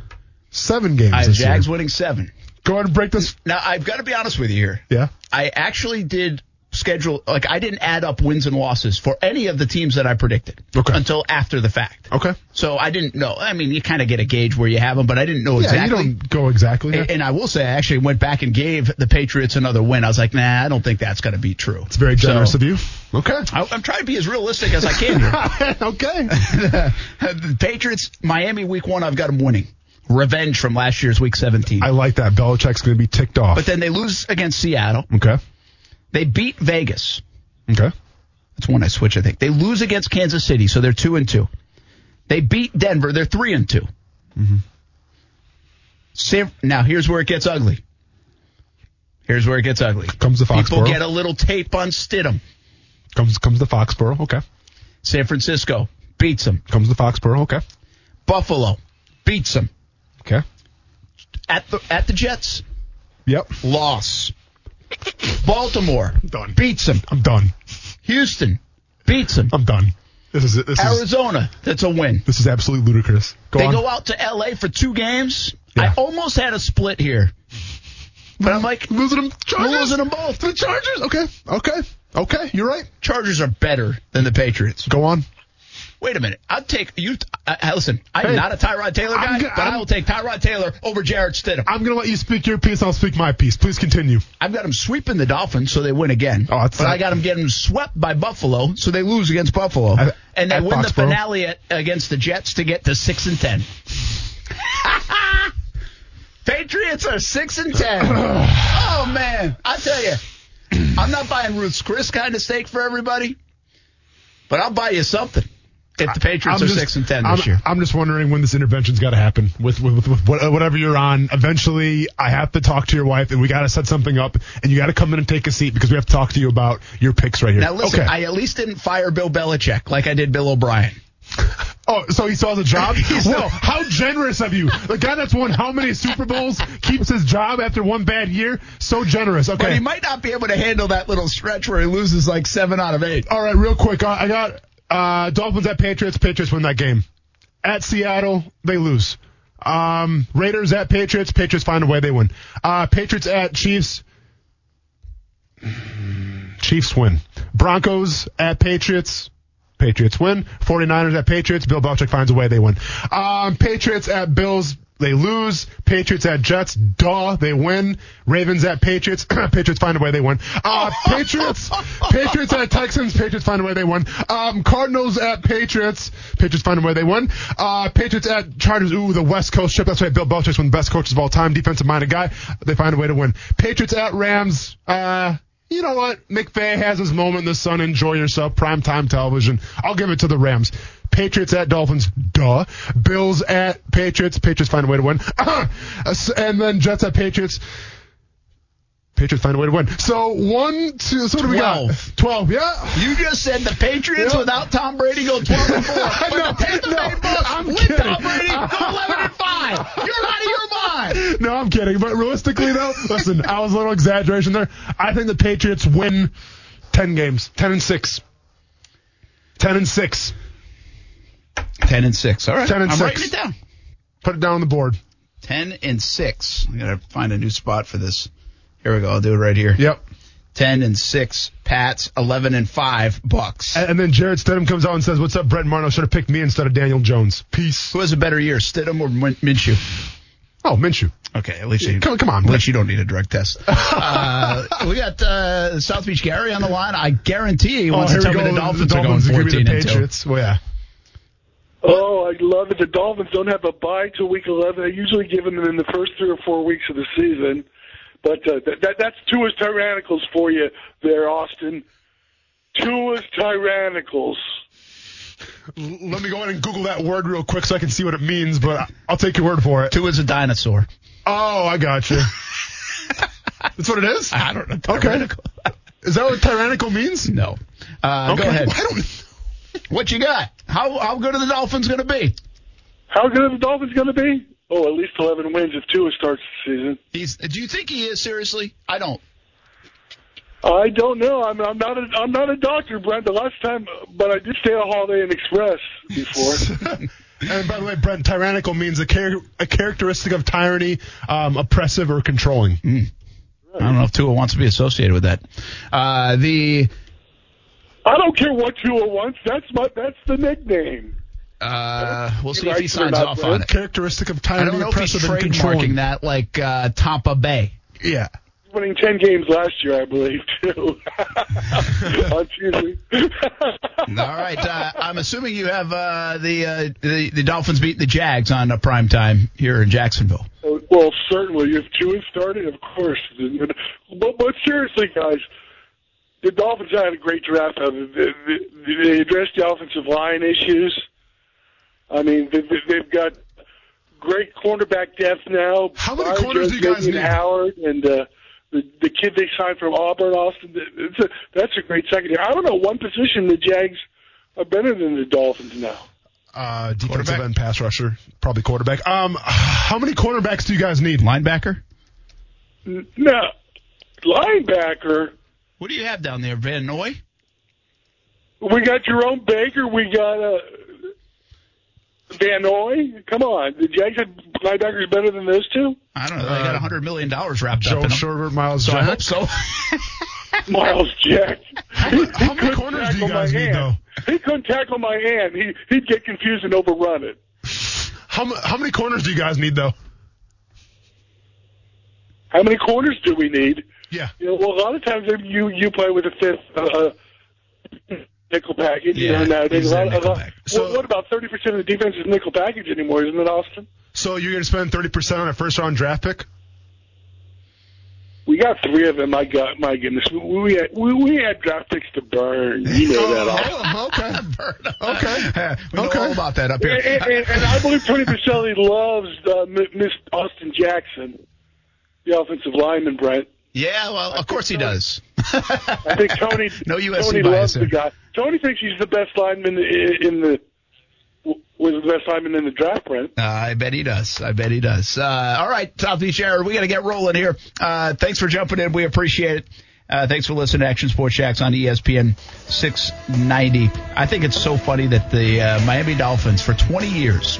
S4: seven games.
S3: I have
S4: this
S3: Jags
S4: year.
S3: winning seven.
S4: Go ahead and break this.
S3: Now I've got to be honest with you here.
S4: Yeah.
S3: I actually did schedule like I didn't add up wins and losses for any of the teams that I predicted
S4: Okay.
S3: until after the fact.
S4: Okay.
S3: So I didn't know. I mean, you kind of get a gauge where you have them, but I didn't know
S4: Yeah,
S3: exactly.
S4: you don't go exactly.
S3: A- And I will say, I actually went back and gave the Patriots another win. I was like, nah, I don't think that's going to be true.
S4: it's very generous of you. Okay.
S3: I, I'm trying to be as realistic as I can here.
S4: okay.
S3: the Patriots, Miami week one, I've got them winning. Revenge from last year's week 17.
S4: I like that. Belichick's going to be ticked off.
S3: but then they lose against Seattle.
S4: okay.
S3: They beat Vegas.
S4: Okay.
S3: That's one I switch, I think. They lose against Kansas City, so they're two and two. They beat Denver, they're three and 2
S4: Mm-hmm.
S3: San, now here's where it gets ugly. Here's where it gets ugly.
S4: Comes the
S3: People
S4: Foxborough.
S3: get a little tape on Stidham.
S4: Comes comes the Foxborough. Okay.
S3: San Francisco beats them.
S4: Comes the Foxborough. Okay.
S3: Buffalo beats them.
S4: Okay.
S3: At the at the Jets,
S4: Yep.
S3: loss. Baltimore
S4: Done.
S3: beats them.
S4: I'm done.
S3: Houston beats them.
S4: I'm done. This is it. This is
S3: Arizona, that's a win.
S4: this is absolutely ludicrous. Go
S3: They
S4: on.
S3: go out to LA for two games.
S4: Yeah.
S3: I almost had a split here. But I'm like,
S4: Losing them, Chargers.
S3: We're losing 'em both.
S4: The Chargers. Okay, okay, okay. You're right.
S3: Chargers are better than the Patriots.
S4: Go on.
S3: Wait a minute. I'll take you. I, I- listen, I'm
S4: Hey.
S3: not a Tyrod Taylor
S4: I'm
S3: guy,
S4: g-
S3: but
S4: I'm-
S3: I will take Tyrod Taylor over Jared Stidham.
S4: I'm gonna let you speak your piece. I'll speak my piece. Please continue.
S3: I've got them sweeping the Dolphins, so they win again.
S4: Oh, that's
S3: but
S4: not-
S3: I got them getting swept by Buffalo, so they lose against Buffalo,
S4: At-
S3: and they
S4: at
S3: win
S4: Foxborough?
S3: the finale at, against the Jets to get to six and ten. Patriots are six and ten. oh man, I tell you, I'm not buying Ruth's Chris kind of steak for everybody, but I'll buy you something if the Patriots
S4: I'm
S3: are
S4: just-
S3: six and ten
S4: I'm,
S3: this year.
S4: I'm just wondering when this intervention's got to happen with, with, with, with what- whatever you're on. Eventually, I have to talk to your wife, and we got to set something up, and you got to come in and take a seat because we have to talk to you about your picks right here.
S3: Now listen,
S4: Okay.
S3: I at least didn't fire Bill Belichick like I did Bill O'Brien.
S4: oh, so he still has a job?
S3: He still-
S4: Whoa, how generous of you. The guy that's won how many Super Bowls keeps his job after one bad year? So generous. Okay.
S3: But he might not be able to handle that little stretch where he loses like seven out of eight.
S4: All right, real quick. I I got uh, Dolphins at Patriots. Patriots win that game. At Seattle, they lose. Um, Raiders at Patriots. Patriots find a way. They win. Uh, Patriots at Chiefs. Chiefs win. Broncos at Patriots. Patriots win. 49ers at Patriots. Bill Belichick finds a way. They win. Um, Patriots at Bills. They lose. Patriots at Jets. Duh. They win. Ravens at Patriots. Patriots find a way. They win. Uh, Patriots. Patriots at Texans. Patriots find a way. They win. Um, Cardinals at Patriots. Patriots find a way. They win. Uh, Patriots at Chargers. Ooh, the West Coast trip. That's why Bill Belichick's one of the best coaches of all time. Defensive minded guy. They find a way to win. Patriots at Rams. Uh, you know what? McVay has his moment in the sun. Enjoy yourself. Primetime television. I'll give it to the Rams. Patriots at Dolphins. Duh. Bills at Patriots. Patriots find a way to win. Uh, and then Jets at Patriots. Patriots find a way to win. So one, two, so what do we got?
S3: Twelve.
S4: Twelve. Yeah.
S3: You just said the Patriots
S4: Yeah.
S3: without Tom Brady go 12 and 4.
S4: I
S3: But
S4: know.
S3: the Tampa
S4: No,
S3: Bay Bucks
S4: I'm
S3: with
S4: kidding.
S3: Tom Brady go 11 and 5. You're out of your mind.
S4: No, I'm kidding. But realistically, though, listen, I was a little exaggeration there. I think the Patriots win ten games, ten and six. Ten and six.
S3: 10 and 6. All right.
S4: 10 and
S3: I'm
S4: six.
S3: writing it down.
S4: Put it down on the board.
S3: 10 and 6. I'm going to find a new spot for this. Here we go. I'll do it right here.
S4: Yep.
S3: 10 and 6 Pats, 11 and 5 Bucks.
S4: And then Jared Stidham comes out and says, "What's up, Brett Marno? Should have picked me instead of Daniel Jones." Peace.
S3: Who has a better year, Stidham or Min- Minshew?
S4: Oh, Minshew.
S3: Okay, at least you
S4: Come- come on,
S3: At
S4: Brett.
S3: least you don't need a drug test. uh, we got uh, South Beach Gary on the line. I guarantee he wants
S4: oh,
S3: to tell me the Dolphins, are going
S4: give me
S3: 14
S4: the
S3: and 2.
S4: Patriots. Well, yeah.
S6: Oh, I love it. The Dolphins don't have a bye till week 11. I usually give them in the first three or four weeks of the season. But uh, that, that, that's Tua's Tyrannicals for you there, Austin. Tua's Tyrannicals.
S4: L- Let me go ahead and Google that word real quick so I can see what it means. But I- I'll take your word for it.
S3: Two is a dinosaur.
S4: Oh, I got you. That's what it is?
S3: I don't know.
S4: Okay. Is that what tyrannical means?
S3: No. Uh, Go ahead.
S4: I don't.
S3: What you got? How how good are the Dolphins going to be?
S6: How good are the Dolphins going to be? Oh, at least 11 wins if Tua starts the season.
S3: He's. Do you think he is seriously? I don't.
S6: I don't know. I'm, I'm not. A, I'm not a doctor, Brent. The last time, but I did stay at Holiday Inn Express before.
S4: And by the way, Brent, tyrannical means a, char- a characteristic of tyranny, um, oppressive or controlling.
S3: I don't know if Tua wants to be associated with that. Uh, the
S6: I don't care what Tua wants. That's my. That's the nickname.
S3: uh, we'll see
S6: You're
S3: if he
S6: right,
S3: signs
S6: you're not
S3: off
S6: right.
S3: on it.
S4: Characteristic of
S3: I
S4: tyranny,
S3: don't know if he's
S4: oppressive and controlling.
S3: trademarking that like uh, Tampa Bay.
S4: Yeah.
S6: Winning 10 games last year, I believe, too. On Tuesday.
S3: All right, uh, I'm assuming you have uh, the, uh, the the Dolphins beat the Jags on uh, prime time here in Jacksonville.
S6: well, certainly. If Tua started, of course. But, but seriously, guys, the Dolphins had a great draft. Uh, They, they, they addressed the offensive line issues. I mean, they, they- they've got great cornerback depth now.
S4: How many
S6: Byron
S4: corners do you
S6: Jones,
S4: guys
S6: Xavier
S4: need?
S6: Howard and uh, the, the kid they signed from Auburn, Austin. It's a, that's a great secondary. I don't know one position the Jags are better than the Dolphins now.
S4: Uh, defensive
S3: Quarterback?
S4: end, pass rusher, probably quarterback. Um, how many cornerbacks do you guys need?
S3: Linebacker,
S6: N- Now, linebacker,
S3: what do you have down there, Van Noy?
S6: we got Jerome Baker. We got uh, Van Noy. Come on, the Jags had linebackers better than those two.
S3: I don't know. They got
S4: Uh,
S3: hundred million dollars wrapped
S4: Joe
S3: up. In them.
S4: Sherbert, Miles
S3: So I hope
S4: Jack.
S3: so.
S6: Miles Jack.
S4: How many corners do you guys need, though?
S6: He couldn't tackle my hand. He he'd get confused and overrun it.
S4: How, mu- how many corners do you guys need, though?
S6: How many corners do we need?
S4: Yeah.
S6: You know, well, a lot of times you you play with a fifth uh, uh, nickel package.
S3: Yeah,
S6: you know, nowadays.
S3: he's a
S6: a lot,
S3: nickel
S6: lot,
S3: back.
S4: So-
S6: well, what about thirty percent of the defense is nickel package anymore? Isn't it, Austin?
S4: So you're going to spend 30% on a first round draft pick?
S6: We got three of them. My God, my goodness, we we had, we, we had draft picks to burn. You know that, Austin.
S4: Oh, okay.
S3: okay. we know
S4: Okay.
S3: all about that up here.
S6: And, and, and, and I believe Tony Baselli loves uh, M- Miss Austin Jackson, the offensive lineman, Brent.
S3: yeah, well, of course he does.
S6: I think Tony.
S3: No USC
S6: Tony
S3: bias
S6: loves
S3: here.
S6: the guy. Tony thinks he's the best lineman in, in the was the best lineman in the draft, Brent.
S3: Uh, I bet he does. I bet he does. Uh, all right, Southeast Jared, we got to get rolling here. Uh, thanks for jumping in. We appreciate it. Uh, thanks for listening to Action Sports Shacks on E ESPN 690. I think it's so funny that the uh, Miami Dolphins, for 20 years,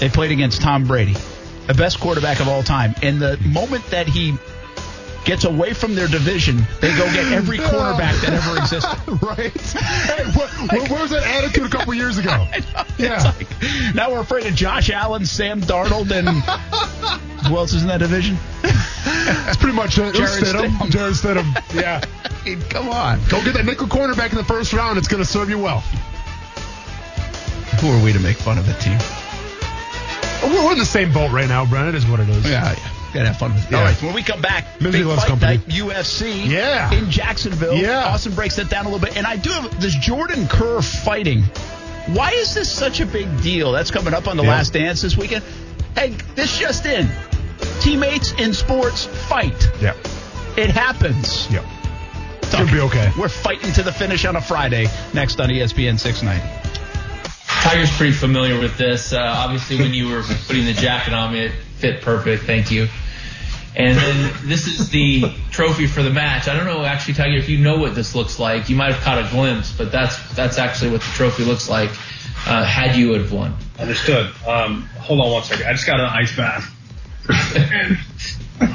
S3: they played against Tom Brady, the best quarterback of all time. And the moment that he gets away from their division, they go get every cornerback that ever existed.
S4: right? Hey, what, where was that attitude a couple years ago? Yeah.
S3: Now we're afraid of Josh Allen, Sam Darnold, and who else is in that division?
S4: That's pretty much it. It was
S3: Jared Stidham.
S4: Jared Stidham. Yeah.
S3: Come on.
S4: Go get that nickel cornerback in the first round. It's going to serve you well.
S3: Who are we to make fun of the team?
S4: We're in the same boat right now, Brent. It is what it is.
S3: Yeah, yeah. Gotta have fun with it.
S4: Yeah.
S3: All right, when we come back,
S4: Misery
S3: big
S4: loves
S3: fight
S4: company.
S3: night, UFC
S4: Yeah.
S3: in Jacksonville.
S4: Yeah.
S3: Austin breaks that down a little bit. And I do have this Jordan Kerr fighting. Why is this such a big deal? That's coming up on The
S4: Yeah.
S3: Last Dance this weekend. Hey, this just in. Teammates in sports fight.
S4: Yeah.
S3: It happens.
S4: Yeah. It's going to be okay.
S3: We're fighting to the finish on a Friday next on E ESPN 690.
S7: Tiger's pretty familiar with this. Uh, obviously, when you were putting the jacket on me, it fit perfect. Thank you. And then this is the trophy for the match. I don't know, actually, Tiger, if you know what this looks like. You might have caught a glimpse, but that's that's actually what the trophy looks like. Uh, had you have won.
S8: Understood. Um, hold on one second. I just got an ice bath. and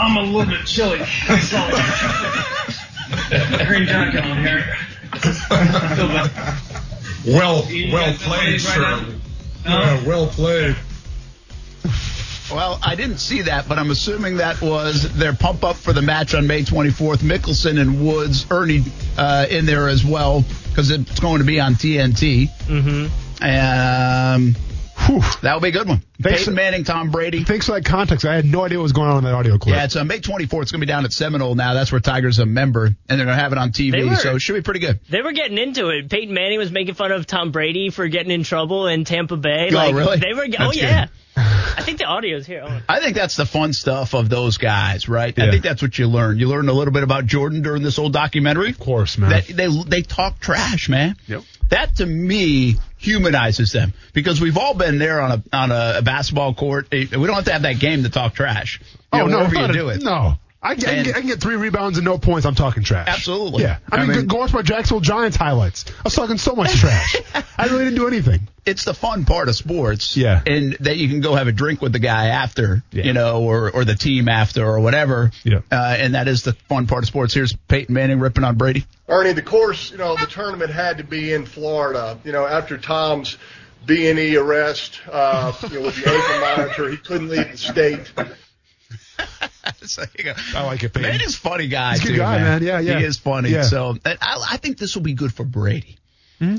S8: I'm a little bit chilly. So- Green jacket on here.
S9: Well,
S8: You guys know
S9: well
S8: what it
S9: played,
S8: is right
S9: sir.
S8: now?
S9: Yeah, well played.
S3: Well, I didn't see that, but I'm assuming that was their pump up for the match on May 24th. Mickelson and Woods, Ernie uh, in there as well, because it's going to be on TNT. Mm-hmm. Um, whew, that'll be a good one.
S4: Thanks-
S3: Peyton Manning, Tom Brady.
S4: Thanks for that context. I had no idea what was going on in that audio clip.
S3: Yeah, it's on May 24th. It's going to be down at Seminole now. That's where Tiger's a member, and they're going to have it on
S5: They
S3: TV,
S5: were.
S3: so it should be pretty good.
S5: They were getting into it. Peyton Manning was making fun of Tom Brady for getting in trouble in Tampa Bay.
S3: Oh,
S5: like,
S3: really?
S5: They were.
S3: That's
S5: oh
S3: good.
S5: yeah. I think the audio's here. Hold on.
S3: I think that's the fun stuff of those guys, right? I
S4: Yeah.
S3: think that's what you learn. You learned a little bit about Jordan during this old documentary.
S4: Of course, man.
S3: That they they talk trash, man.
S4: Yep.
S3: That to me humanizes them because we've all been there on a on a basketball court. Eh, We don't have to have that game to talk trash. You
S4: oh
S3: know,
S4: no,
S3: wherever
S4: not
S3: you
S4: a-
S3: do it.
S4: No. I, can- I, can
S3: And-
S4: get, I can get three rebounds and no points. I'm talking trash.
S3: Absolutely.
S4: Yeah. I,
S3: I
S4: mean,
S3: mean-
S4: go watch my Jacksonville Giants highlights. I was talking so much trash. I really didn't do anything.
S3: it's the fun part of sports.
S4: Yeah.
S3: And that you can go have a drink with the guy after,
S4: Yeah.
S3: you know, or, or the team after or whatever.
S4: Yeah.
S3: Uh, and that is the fun part of sports. Here's Peyton Manning ripping on Brady.
S9: Ernie, the course, you know, the tournament had to be in Florida. You know, after Tom's B and E arrest, uh, you know, with the ankle monitor, he couldn't leave the state.
S3: So you go.
S4: I like it, Peyton.
S3: Manning's a funny guy,
S4: He's a good
S3: too,
S4: guy, man. Yeah, yeah.
S3: He is funny.
S4: Yeah. Hmm?
S3: So and I, I think this will be good for Brady.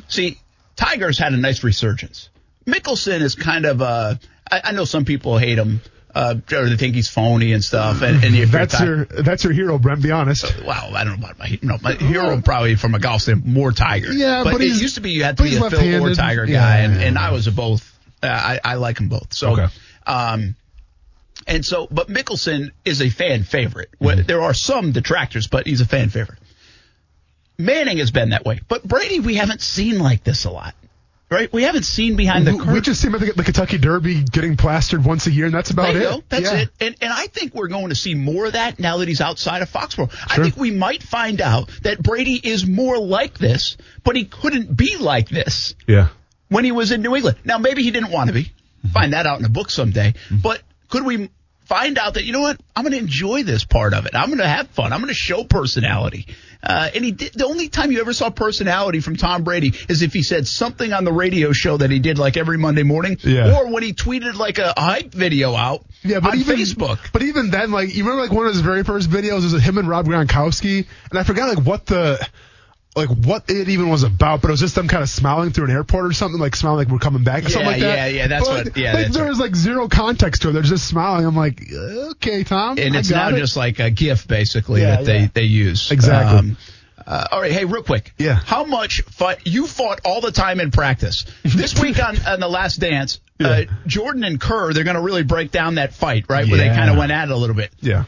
S3: See, Tiger's had a nice resurgence. Mickelson is kind of a. I, I know some people hate him. Uh, or they think he's phony and stuff. And, and if you're
S4: That's
S3: Ti-
S4: your that's your hero, Brent. Be honest.
S3: Wow, I don't know about my no, my hero probably from a golf stand more Tiger.
S4: Yeah, but
S3: it
S4: he's-
S3: used to be you had to
S4: but
S3: be
S4: he's
S3: a Phil or
S4: left-handed.
S3: Tiger
S4: Yeah,
S3: guy,
S4: yeah,
S3: and,
S4: yeah.
S3: and I was a both. Uh, I I like them both. So,
S4: Okay.
S3: um, and so, but Mickelson is a fan favorite.
S4: Mm-hmm.
S3: Well, There are some detractors, but he's a fan favorite. Manning has been that way, but Brady we haven't seen like this a lot, right? We haven't seen behind the
S4: We, we
S3: curtain.
S4: just seem like the, the Kentucky Derby getting plastered once a year, and that's about
S3: There you
S4: it.
S3: go. That's
S4: Yeah.
S3: it. And and I think we're going to see more of that now that he's outside of Foxborough. I
S4: Sure.
S3: think we might find out that Brady is more like this, but he couldn't be like this
S4: Yeah.
S3: when he was in New England. Now maybe he didn't want to be.
S4: Mm-hmm.
S3: Find that out in a book someday. But could we find out that you know what? I'm going to enjoy this part of it. I'm going to have fun. I'm going to show personality. Uh, and he did, the only time you ever saw personality from Tom Brady is if he said something on the radio show that he did like every Monday morning,
S4: Yeah.
S3: or when he tweeted like a hype video out
S4: Yeah, but
S3: on
S4: even
S3: Facebook.
S4: But even then, like you remember, like one of his very first videos was him and Rob Gronkowski, and I forgot like what the like what it even was about, but it was just them kind of smiling through an airport or something, like smiling like we're coming back or something
S3: Yeah,
S4: like that.
S3: yeah, yeah, that's
S4: But,
S3: what-
S4: like,
S3: yeah,
S4: like,
S3: that's
S4: there
S3: right.
S4: was like zero context to it. They're just smiling. I'm like, okay, Tom,
S3: and
S4: I
S3: it's now
S4: got it.
S3: just like a GIF basically
S4: Yeah,
S3: that they
S4: yeah.
S3: they use
S4: Exactly.
S3: uh, all right, hey, real quick.
S4: Yeah.
S3: How much fought you fought all the time in practice this week on, on the Last Dance? Uh,
S4: Yeah.
S3: Jordan and Kerr, they're going to really break down that fight, right? Where they
S4: Yeah.
S3: kind of went at it a little bit.
S4: yeah.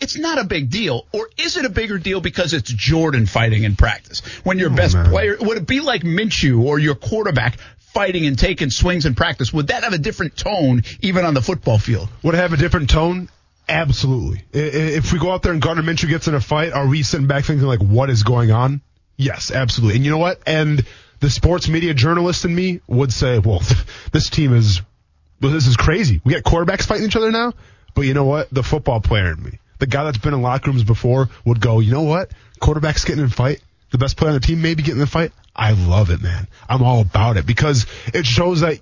S3: It's not a big deal, or is it a bigger deal because it's Jordan fighting in practice? When your best
S4: Oh, man.
S3: player would it be like Minshew or your quarterback fighting and taking swings in practice? Would that have a different tone even on the football field?
S4: Would it have a different tone? Absolutely. I- i- If we go out there and Gardner Minshew gets in a fight, are we sitting back thinking like, what is going on? Yes, absolutely. And you know what? And the sports media journalist in me would say, well, this team is, well, this is crazy. We got quarterbacks fighting each other now. But you know what? The football player in me, the guy that's been in locker rooms before, would go, you know what? Quarterbacks getting in a fight. The best player on the team maybe getting in a fight. I love it, man. I'm all about it because it shows that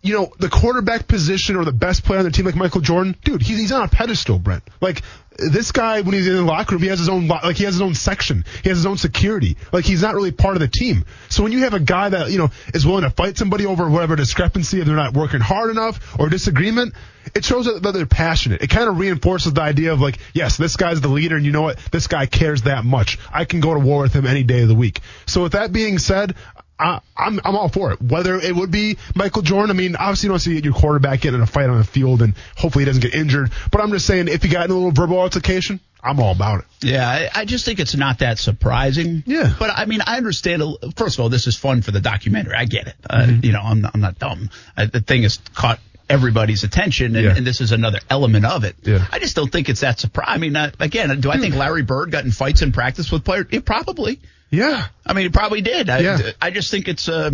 S4: you know, the quarterback position or the best player on the team, like Michael Jordan, dude, he's, he's on a pedestal, Brent. Like, this guy, when he's in the locker room, he has his own, lo- like, he has his own section. He has his own security. Like, he's not really part of the team. So when you have a guy that, you know, is willing to fight somebody over whatever discrepancy, if they're not working hard enough or disagreement, it shows that that they're passionate. It kind of reinforces the idea of, like, yes, this guy's the leader, and you know what? This guy cares that much. I can go to war with him any day of the week. So with that being said, I, I'm I'm all for it. Whether it would be Michael Jordan, I mean, obviously you don't see your quarterback getting in a fight on the field, and hopefully he doesn't get injured. But I'm just saying, if he got in a little verbal altercation, I'm all about it.
S3: Yeah, I, I just think it's not that surprising.
S4: Yeah.
S3: But I mean, I understand. a- First of all, this is fun for the documentary. I get it. Uh,
S4: Mm-hmm.
S3: You know, I'm not, I'm not dumb. Uh, the thing has caught everybody's attention, and,
S4: Yeah.
S3: and this is another element of it.
S4: Yeah. Hmm.
S3: I just don't think it's that surprising. I mean, uh, again, do I think Larry Bird got in fights in practice with players? Yeah, probably.
S4: Yeah,
S3: I mean, he probably did. I,
S4: Yeah.
S3: I just think it's a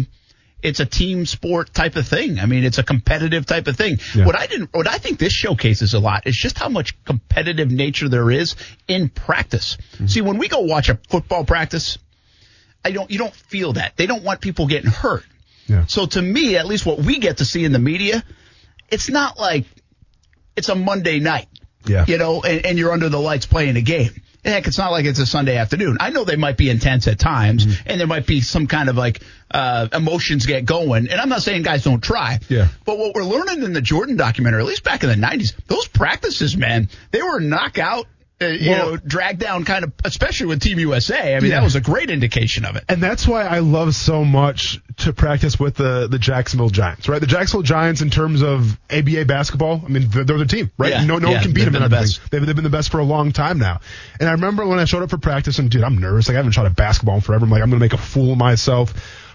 S3: it's a team sport type of thing. I mean, it's a competitive type of thing.
S4: Yeah.
S3: What I didn't, what I think this showcases a lot is just how much competitive nature there is in practice.
S4: Mm-hmm.
S3: See, when we go watch a football practice, I don't, you don't feel that. They don't want people getting hurt.
S4: Yeah.
S3: So to me, at least what we get to see in the media, it's not like it's a Monday night.
S4: Yeah.
S3: You know, and, and you're under the lights playing a game. Heck, it's not like it's a Sunday afternoon. I know they might be intense at times,
S4: Mm-hmm.
S3: and there might be some kind of like uh, emotions get going. And I'm not saying guys don't try.
S4: Yeah.
S3: But what we're learning in the Jordan documentary, at least back in the 90s, those practices, man, they were knockout uh, you know, drag down kind of, especially with Team USA. I mean,
S4: Yeah.
S3: that was a great indication of it.
S4: And that's why I love so much to practice with the, the Jacksonville Giants, right? The Jacksonville Giants, in terms of ABA basketball, I mean, they're, they're the team, right?
S3: Yeah,
S4: No, no
S3: yeah,
S4: one can beat
S3: they've
S4: them. in
S3: been the
S4: that
S3: best.
S4: thing. They've, they've been the best for a long time now. And I remember when I showed up for practice, and dude, I'm nervous. Like I haven't shot at basketball in forever. I'm like, I'm gonna make a fool of myself.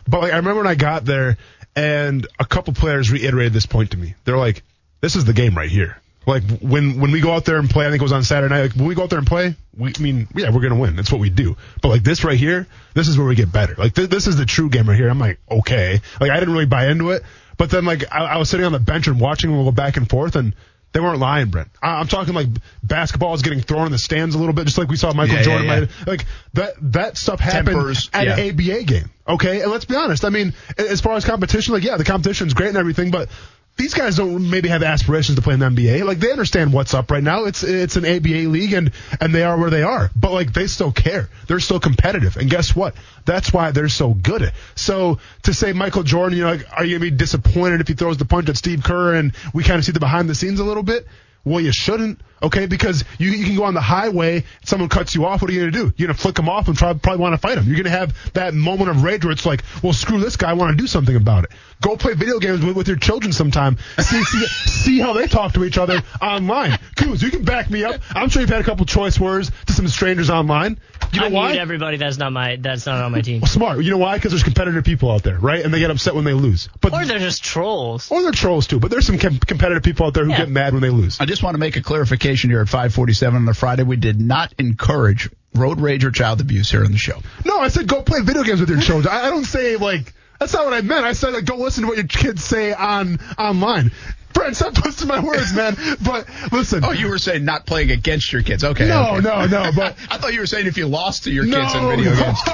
S4: But like, I remember when I got there, and a couple players reiterated this point to me. They're like, "This is the game right here." Like when when we go out there and play, I think it was on Saturday night. Like when we go out there and play, we I mean, yeah, we're gonna win. That's what we do. But like this right here, this is where we get better. Like th- this is the true game right here. I'm like, okay. Like I didn't really buy into it, but then like I, I was sitting on the bench and watching them go back and forth, and they weren't lying, Brent. I, I'm talking like basketball is getting thrown in the stands a little bit, just like we saw Michael
S3: Yeah,
S4: Jordan.
S3: yeah, yeah.
S4: Like that that stuff happened
S3: Tempers,
S4: at
S3: yeah.
S4: an ABA game. Okay, and let's be honest. I mean, a- as far as competition, like yeah, the competition's great and everything, but these guys don't maybe have aspirations to play in the NBA. Like they understand what's up right now. It's it's an ABA league and and they are where they are. But like they still care. They're still competitive. And guess what? That's why they're so good. So to say Michael Jordan, you know, like, are you gonna be disappointed if he throws the punch at Steve Kerr and we kind of see the behind the scenes a little bit? Well, you shouldn't, okay? Because you, you can go on the highway, someone cuts you off. What are you going to do? You're going to flick them off and try, probably want to fight them. You're going to have that moment of rage where it's like, well, screw this guy. I want to do something about it. Go play video games with, with your children sometime. See, see, see how they talk to each other online. Coos, you can back me up. I'm sure you've had a couple choice words to some strangers online. You know
S5: I
S4: why?
S5: mute everybody that's not my that's not on my team.
S4: Well, smart. You know why? Because there's competitive people out there, right? And they get upset when they lose. But
S5: Or they're just trolls.
S4: or they're trolls too. But there's some com- competitive people out there who
S5: Yeah.
S4: get mad when they lose.
S3: I just want to make a clarification here at 547 on a Friday. We did not encourage road rage or child abuse here on the show.
S4: No, I said go play video games with your children. I, I don't say like that's not what I meant. I said like go listen to what your kids say on online. Brent, stop twisting my words, man. But listen,
S3: Oh, you were saying not playing against your kids. Okay.
S4: No,
S3: okay.
S4: no, no, but-
S3: I thought you were saying if you lost to your
S4: no,
S3: kids in video games.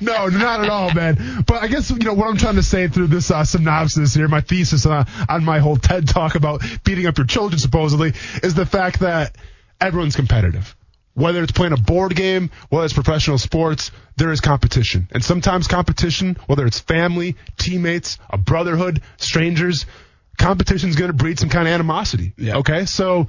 S4: no, not at all, man. But I guess you know what I'm trying to say through this uh, synopsis here, my thesis on, on my whole TED talk about beating up your children supposedly is the fact that everyone's competitive. Whether it's playing a board game, whether it's professional sports, there is competition. And sometimes competition, whether it's family, teammates, a brotherhood, strangers, competition is going to breed some kind of animosity.
S3: Yeah.
S4: Okay, so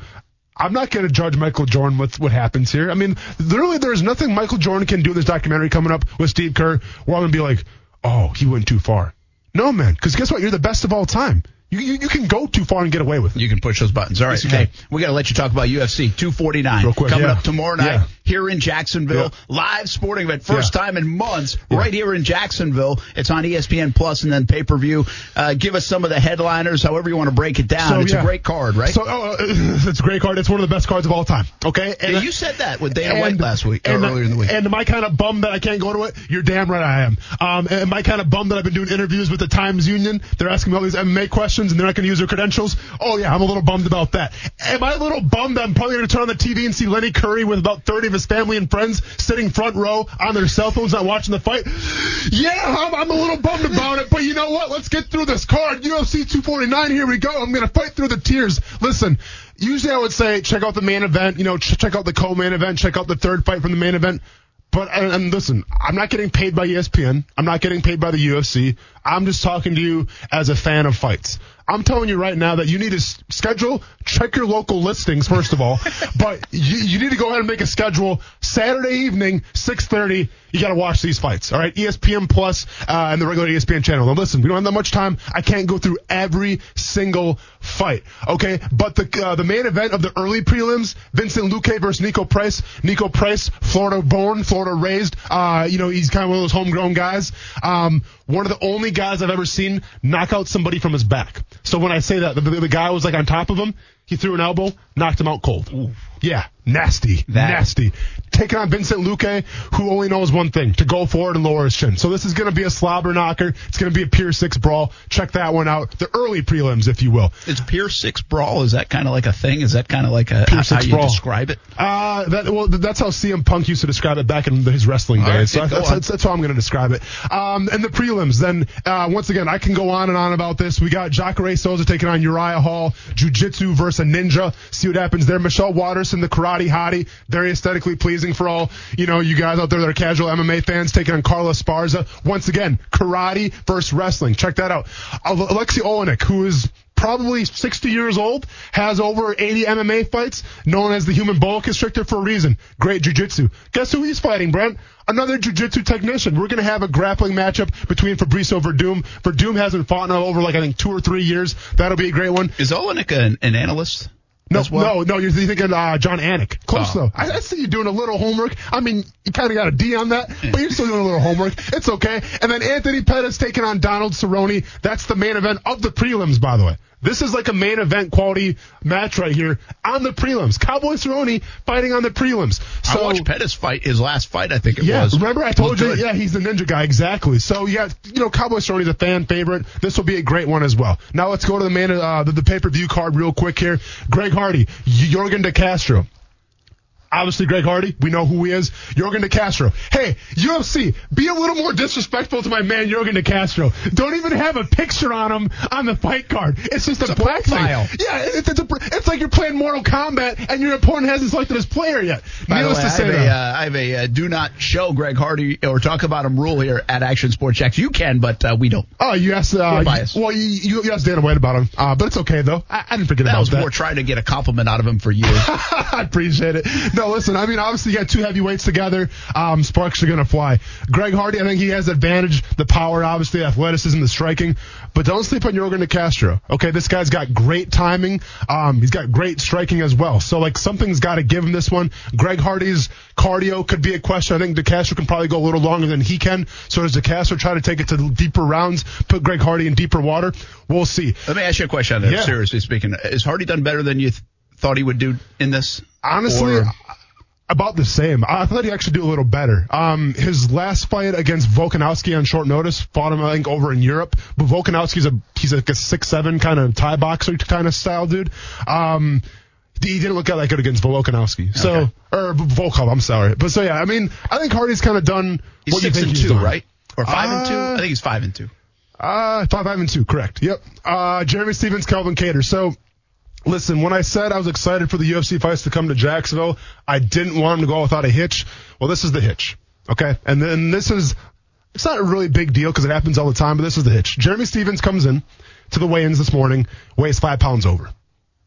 S4: I'm not going to judge Michael Jordan with what happens here. I mean, literally, there's nothing Michael Jordan can do. in This documentary coming up with Steve Kerr, where I'm going to be like, oh, he went too far. No, man, because guess what? You're the best of all time. You, you you can go too far and get away with it.
S3: You can push those buttons. All right.
S4: you
S3: hey,
S4: can.
S3: we got to let you talk about UFC 249
S4: Real quick,
S3: coming
S4: yeah.
S3: up tomorrow night
S4: Yeah.
S3: here in Jacksonville. Live sporting event, first
S4: Yeah.
S3: time in months, right here in Jacksonville. It's on E ESPN Plus and then pay per view. Uh, give us some of the headliners, however you want to break it down. it's
S4: yeah.
S3: a great card, right?
S4: So oh, it's a great card. It's one of the best cards of all time. Okay, and
S3: Yeah, you said that with Dana White last week, or earlier in the week.
S4: And my kind of bum that I can't go to it, you're damn right I am. Um, and my kind of bum that I've been doing interviews with the Times Union, they're asking me all these MMA questions and they're not going to use their credentials. Oh yeah, I'm a little bummed about that. Am I a little bummed that I'm probably going to turn on the TV and see Lenny Curry with about 30 of his family and friends sitting front row on their cell phones not watching the fight? Yeah, I'm, I'm a little bummed about it, but you know what? Let's get through this card. UFC 249, here we go. I'm going to fight through the tears. Listen, usually I would say check out the main event, you know, ch- check out the co-main event, check out the third fight from the main event. But and, and listen, I'm not getting paid by E ESPN. I'm not getting paid by the UFC. I'm just talking to you as a fan of fights. I'm telling you right now that you need to s- schedule, check your local listings first of all, but you, you need to go ahead and make a schedule. Saturday evening, 6:30, you got to watch these fights. All right, E ESPN Plus uh, and the regular ESPN channel. And listen, we don't have that much time. I can't go through every single fight. Okay, but the uh, the main event of the early prelims: Vincent Luque versus Nico Price. Nico Price, Florida born, Florida raised. Uh, you know, he's kind of one of those homegrown guys. Um, one of the only guys I've ever seen knock out somebody from his back. So when I say that, the, the guy was like on top of him. He threw an elbow, knocked him out cold. Yeah, nasty, nasty. Taking on Vincent Luque, who only knows one thing: to go forward and lower his chin. So this is going to be a slobber knocker. It's going to be a pure six brawl. Check that one out. The early prelims, if you will.
S3: It's Pier Six Brawl. Is that kind of like a thing? Is that kind of like a
S4: Pier
S3: how,
S4: Six
S3: you
S4: Brawl.
S3: describe it?
S4: Uh, that, well, th- that's how CM Punk used to describe it back in his wrestling days.
S3: All right,
S4: so
S3: go
S4: that's,
S3: on.
S4: that's, that's how I'm going to describe it. Um, and the prelims, then, uh, once again, I can go on and on about this. We got Jacare Souza taking on Uriah Hall, Jiu-Jitsu versus a Ninja. See what happens there. Michelle Watterson, the Karate Hottie, very aesthetically pleasing for all, you know, you guys out there that are casual MMA fans, taking on Carla Sparza. Once again, Karate versus Wrestling. Check that out. Al- Alexi Olenek, who is probably 60 years old, has over 80 MMA fights, known as the human boa constrictor for a reason. Great jiu-jitsu. Guess who he's fighting, Brent? Another jiu-jitsu technician. We're going to have a grappling matchup between Fabrizio Verdum. Verdum hasn't fought in over, like, I think two or three years. That'll be a great one.
S3: Is Olenek an, an analyst?
S4: No,
S3: as well?
S4: no, no, you're thinking uh, John Anik. Close,
S3: Oh.
S4: though. I, I see you doing a little homework. I mean, you kind of got a D on that, but you're still doing a little homework. It's okay. And then Anthony Pettis taking on Donald Cerrone. That's the main event of the prelims, by the way. This is like a main event quality match right here on the prelims. Cowboy Cerrone fighting on the prelims. So,
S3: I watched Pettis fight his last fight. I think it
S4: yeah,
S3: was.
S4: remember I told
S3: Looked
S4: you?
S3: good.
S4: Yeah, he's the ninja guy, exactly. So yeah, you know, Cowboy Cerrone's a fan favorite. This will be a great one as well. Now let's go to the man, uh, the, the pay per view card real quick here. Greg Hardy, Jorgen De Castro. Obviously, Greg Hardy. We know who he is. Jorgen De Castro. Hey, UFC, be a little more disrespectful to my man Jorgen De Castro. Don't even have a picture on him on the fight card. It's just a, black
S3: profile.
S4: thing. Yeah, it's, it's, a, it's like you're playing Mortal Kombat and your opponent hasn't selected his player yet.
S3: By the
S4: Needless
S3: way,
S4: to
S3: I
S4: say,
S3: have, a,
S4: though.
S3: uh, I have a uh, do not show Greg Hardy or talk about him rule here at Action Sports Jacks. You can, but uh, we don't.
S4: Oh, you asked. Uh,
S3: We're biased.
S4: Well, you, you, you asked Dana White about him, uh, but it's okay though. I, I didn't forget
S3: That
S4: about
S3: was
S4: that.
S3: more trying to get a compliment out of him for years.
S4: I appreciate it. No, listen. I mean, obviously, you got two heavyweights together. Um, sparks are gonna fly. Greg Hardy, I think he has advantage, the power, obviously, athleticism, the striking. But don't sleep on Jorgen De Castro. Okay, this guy's got great timing. Um, he's got great striking as well. So like something's got to give him this one. Greg Hardy's cardio could be a question. I think De Castro can probably go a little longer than he can. So does De Castro try to take it to deeper rounds, put Greg Hardy in deeper water? We'll see.
S3: Let me ask you a question. on that,
S4: Yeah.
S3: Seriously speaking, is Hardy done better than you th- thought he would do in this?
S4: Honestly,
S3: Or-
S4: about the same. I thought he actually do a little better. Um, his last fight against Volkanovski on short notice fought him, I think, over in Europe. But Volkanovski's a he's like a six seven kind of Thai boxer kind of style dude. Um, he didn't look that good against Volkanovski. So or Volkov, I'm sorry. But so yeah, I mean, I think Hardy's kind of done.
S3: he's
S4: what
S3: six
S4: you think
S3: and
S4: he's
S3: two,
S4: done.
S3: right? Or five and two?
S4: Uh,
S3: I think he's five and two.
S4: Uh, five, five, and two, correct. Yep. Uh, Jeremy Stevens, Calvin Cater. So, listen, when I said I was excited for the UFC fights to come to Jacksonville, I didn't want them to go without a hitch. Well, this is the hitch. Okay. And then this is, it's not a really big deal because it happens all the time, but this is the hitch. Jeremy Stevens comes in to the weigh-ins this morning, weighs five pounds over.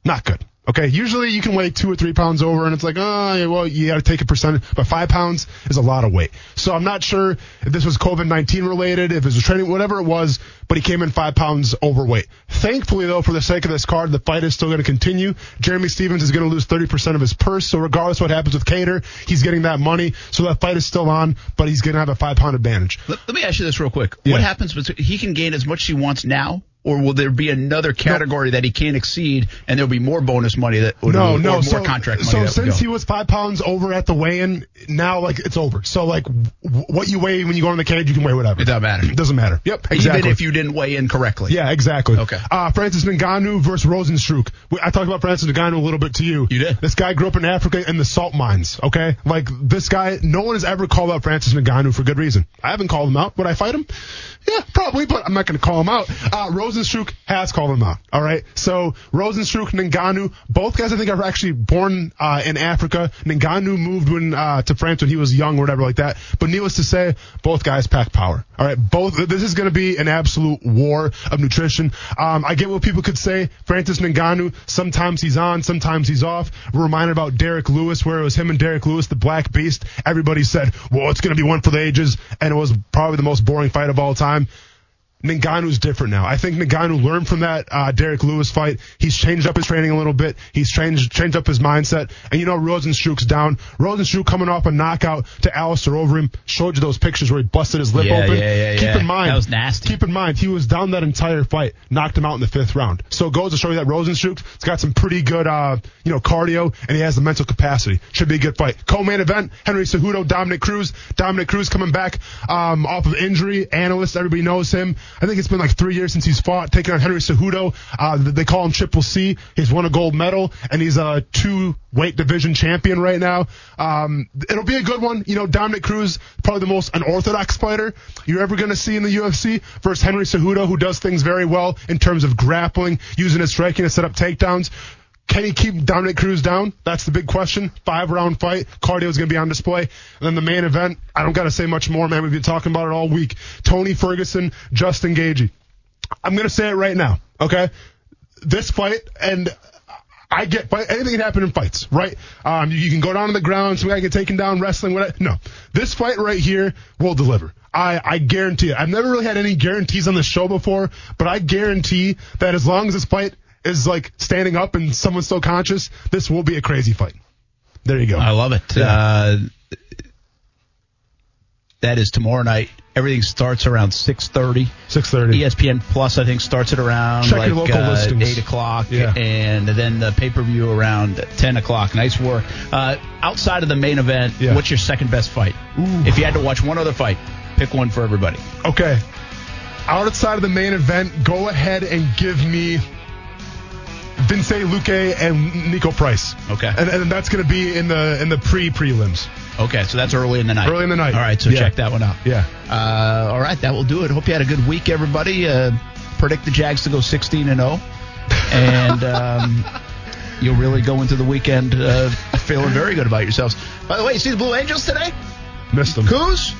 S4: Not good. Okay. Usually you can weigh two or three pounds over and it's like, oh, yeah, well, you got to take a percentage, but five pounds is a lot of weight. So I'm not sure if this was COVID-19 related, if it was training, whatever it was, but he came in five pounds overweight. Thankfully though, for the sake of this card, the fight is still going to continue. Jeremy Stevens is going to lose 30% of his purse. So regardless what happens with Cater, he's getting that money. So that fight is still on, but he's going to have a five pound advantage.
S3: Let, let me ask you this real quick.
S4: Yeah.
S3: What happens between he can gain as much as he wants now, or will there be another category that he can't exceed, and there'll be more bonus money that or,
S4: No,
S3: or
S4: no.
S3: more
S4: so,
S3: contract money?
S4: so
S3: that would
S4: since
S3: go?
S4: he was five pounds over at the weigh-in, now like it's over. So like, w- what you weigh when you go in the cage, you can weigh whatever.
S3: It doesn't matter.
S4: Doesn't matter. Yep. Exactly.
S3: even if you didn't weigh in correctly,
S4: yeah, exactly.
S3: Okay.
S4: Uh, Francis Ngannou versus Rosenstruck. We- I talked about Francis Ngannou a little bit to you.
S3: You did.
S4: This guy grew up in Africa in the salt mines. Okay. Like this guy, no one has ever called out Francis Ngannou for good reason. I haven't called him out. Would I fight him? Yeah, probably, but I'm not going to call him out. Uh, Rosenstruck has called him out. All right. So Rosenstruck, Ngannou, both guys I think are actually born uh, in Africa. Ngannou moved when uh, to France when he was young or whatever like that. But needless to say, both guys pack power. All right. Both. This is going to be an absolute war of nutrition. Um, I get what people could say. Francis Ngannou. Sometimes he's on. Sometimes he's off. We're reminded about Derek Lewis, where it was him and Derek Lewis, the Black Beast. Everybody said, "Well, it's going to be one for the ages," and it was probably the most boring fight of all time. Ngannou's different now. I think Ngannou learned from that uh, Derek Lewis fight. He's changed up his training a little bit. He's changed changed up his mindset. And you know Rosenstruck's down. Rosenstruck coming off a knockout to Alistair over him. Showed you those pictures where he busted his lip
S3: Yeah,
S4: open.
S3: yeah, yeah,
S4: keep
S3: yeah.
S4: in mind
S3: That was nasty.
S4: Keep in mind he was down that entire fight. Knocked him out in the fifth round. So it goes to show you that Rosenstruck's got some pretty good uh, you know cardio and he has the mental capacity. Should be a good fight. Co-main event: Henry Cejudo, Dominic Cruz. Dominic Cruz coming back um, off of injury. Analyst, everybody knows him. I think it's been like three years since he's fought, taking on Henry Cejudo. Uh, they call him Triple C. He's won a gold medal, and he's a two weight division champion right now. Um, it'll be a good one. You know, Dominic Cruz, probably the most unorthodox fighter you're ever going to see in the UFC versus Henry Cejudo, who does things very well in terms of grappling, using his striking to set up takedowns. Can he keep Dominic Cruz down? That's the big question. Five round fight. Cardio is going to be on display. And then the main event. I don't got to say much more, man. We've been talking about it all week. Tony Ferguson, Justin Gagey. I'm going to say it right now. Okay. this fight, and I get fight, anything can happen in fights, right? Um, you, you can go down on the ground, some guy get taken down, wrestling, whatever. No, this fight right here will deliver. I, I guarantee it. I've never really had any guarantees on the show before, but I guarantee that as long as this fight is like standing up and someone's still conscious, this will be a crazy fight. There you go.
S3: I love it. Uh, that is tomorrow night. Everything starts around six thirty.
S4: Six thirty.
S3: ESPN Plus, I think, starts at around
S4: Check
S3: like
S4: your local
S3: uh,
S4: listings.
S3: eight o'clock,
S4: Yeah.
S3: and then the pay per view around ten o'clock. Nice work. Uh, outside of the main event,
S4: Yeah.
S3: what's your second best fight? If you had to watch one other fight, pick one for everybody.
S4: Okay. Outside of the main event, go ahead and give me Vince Luque and Nico Price.
S3: Okay.
S4: And, and that's going to be in the in the pre prelims.
S3: Okay, so that's early in the night.
S4: Early in the night.
S3: All right, so
S4: Yeah.
S3: check that one out.
S4: Yeah.
S3: Uh, all right, that will do it. Hope you had a good week, everybody. Uh, predict the Jags to go 16 and 0, and um, you'll really go into the weekend uh, feeling very good about yourselves. By the way, you see the Blue Angels today?
S4: Missed them.
S3: Coos?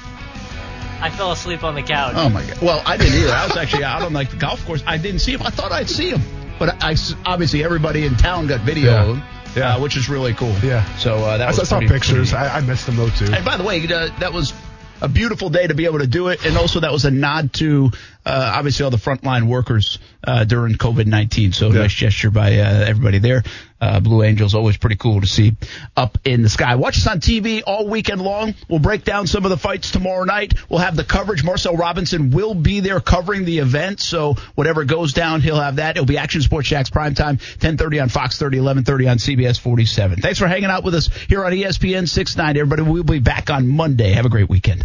S5: I fell asleep on the couch.
S3: Oh my God. Well, I didn't either. I was actually out on like the golf course. I didn't see him. I thought I'd see him, but I, I s- obviously everybody in town got video
S4: Yeah.
S3: of him,
S4: Yeah.
S3: uh, which is really cool.
S4: Yeah.
S3: So uh, that
S4: I
S3: was
S4: saw, saw
S3: pretty-
S4: pictures.
S3: pretty-
S4: I, I missed them though too.
S3: And by the way, uh, that was a beautiful day to be able to do it, and also that was a nod to uh, obviously all the frontline workers uh, during COVID nineteen. So nice gesture by uh, everybody there. Uh, Blue Angels always pretty cool to see up in the sky. Watch us on TV all weekend long. We'll break down some of the fights tomorrow night. We'll have the coverage. Marcel Robinson will be there covering the event, so whatever goes down, he'll have that. It'll be Action Sports Jacks primetime, 10:30 on Fox 30, 11:30 on CBS 47. Thanks for hanging out with us here on E ESPN 69. Everybody, we'll be back on Monday. Have a great weekend.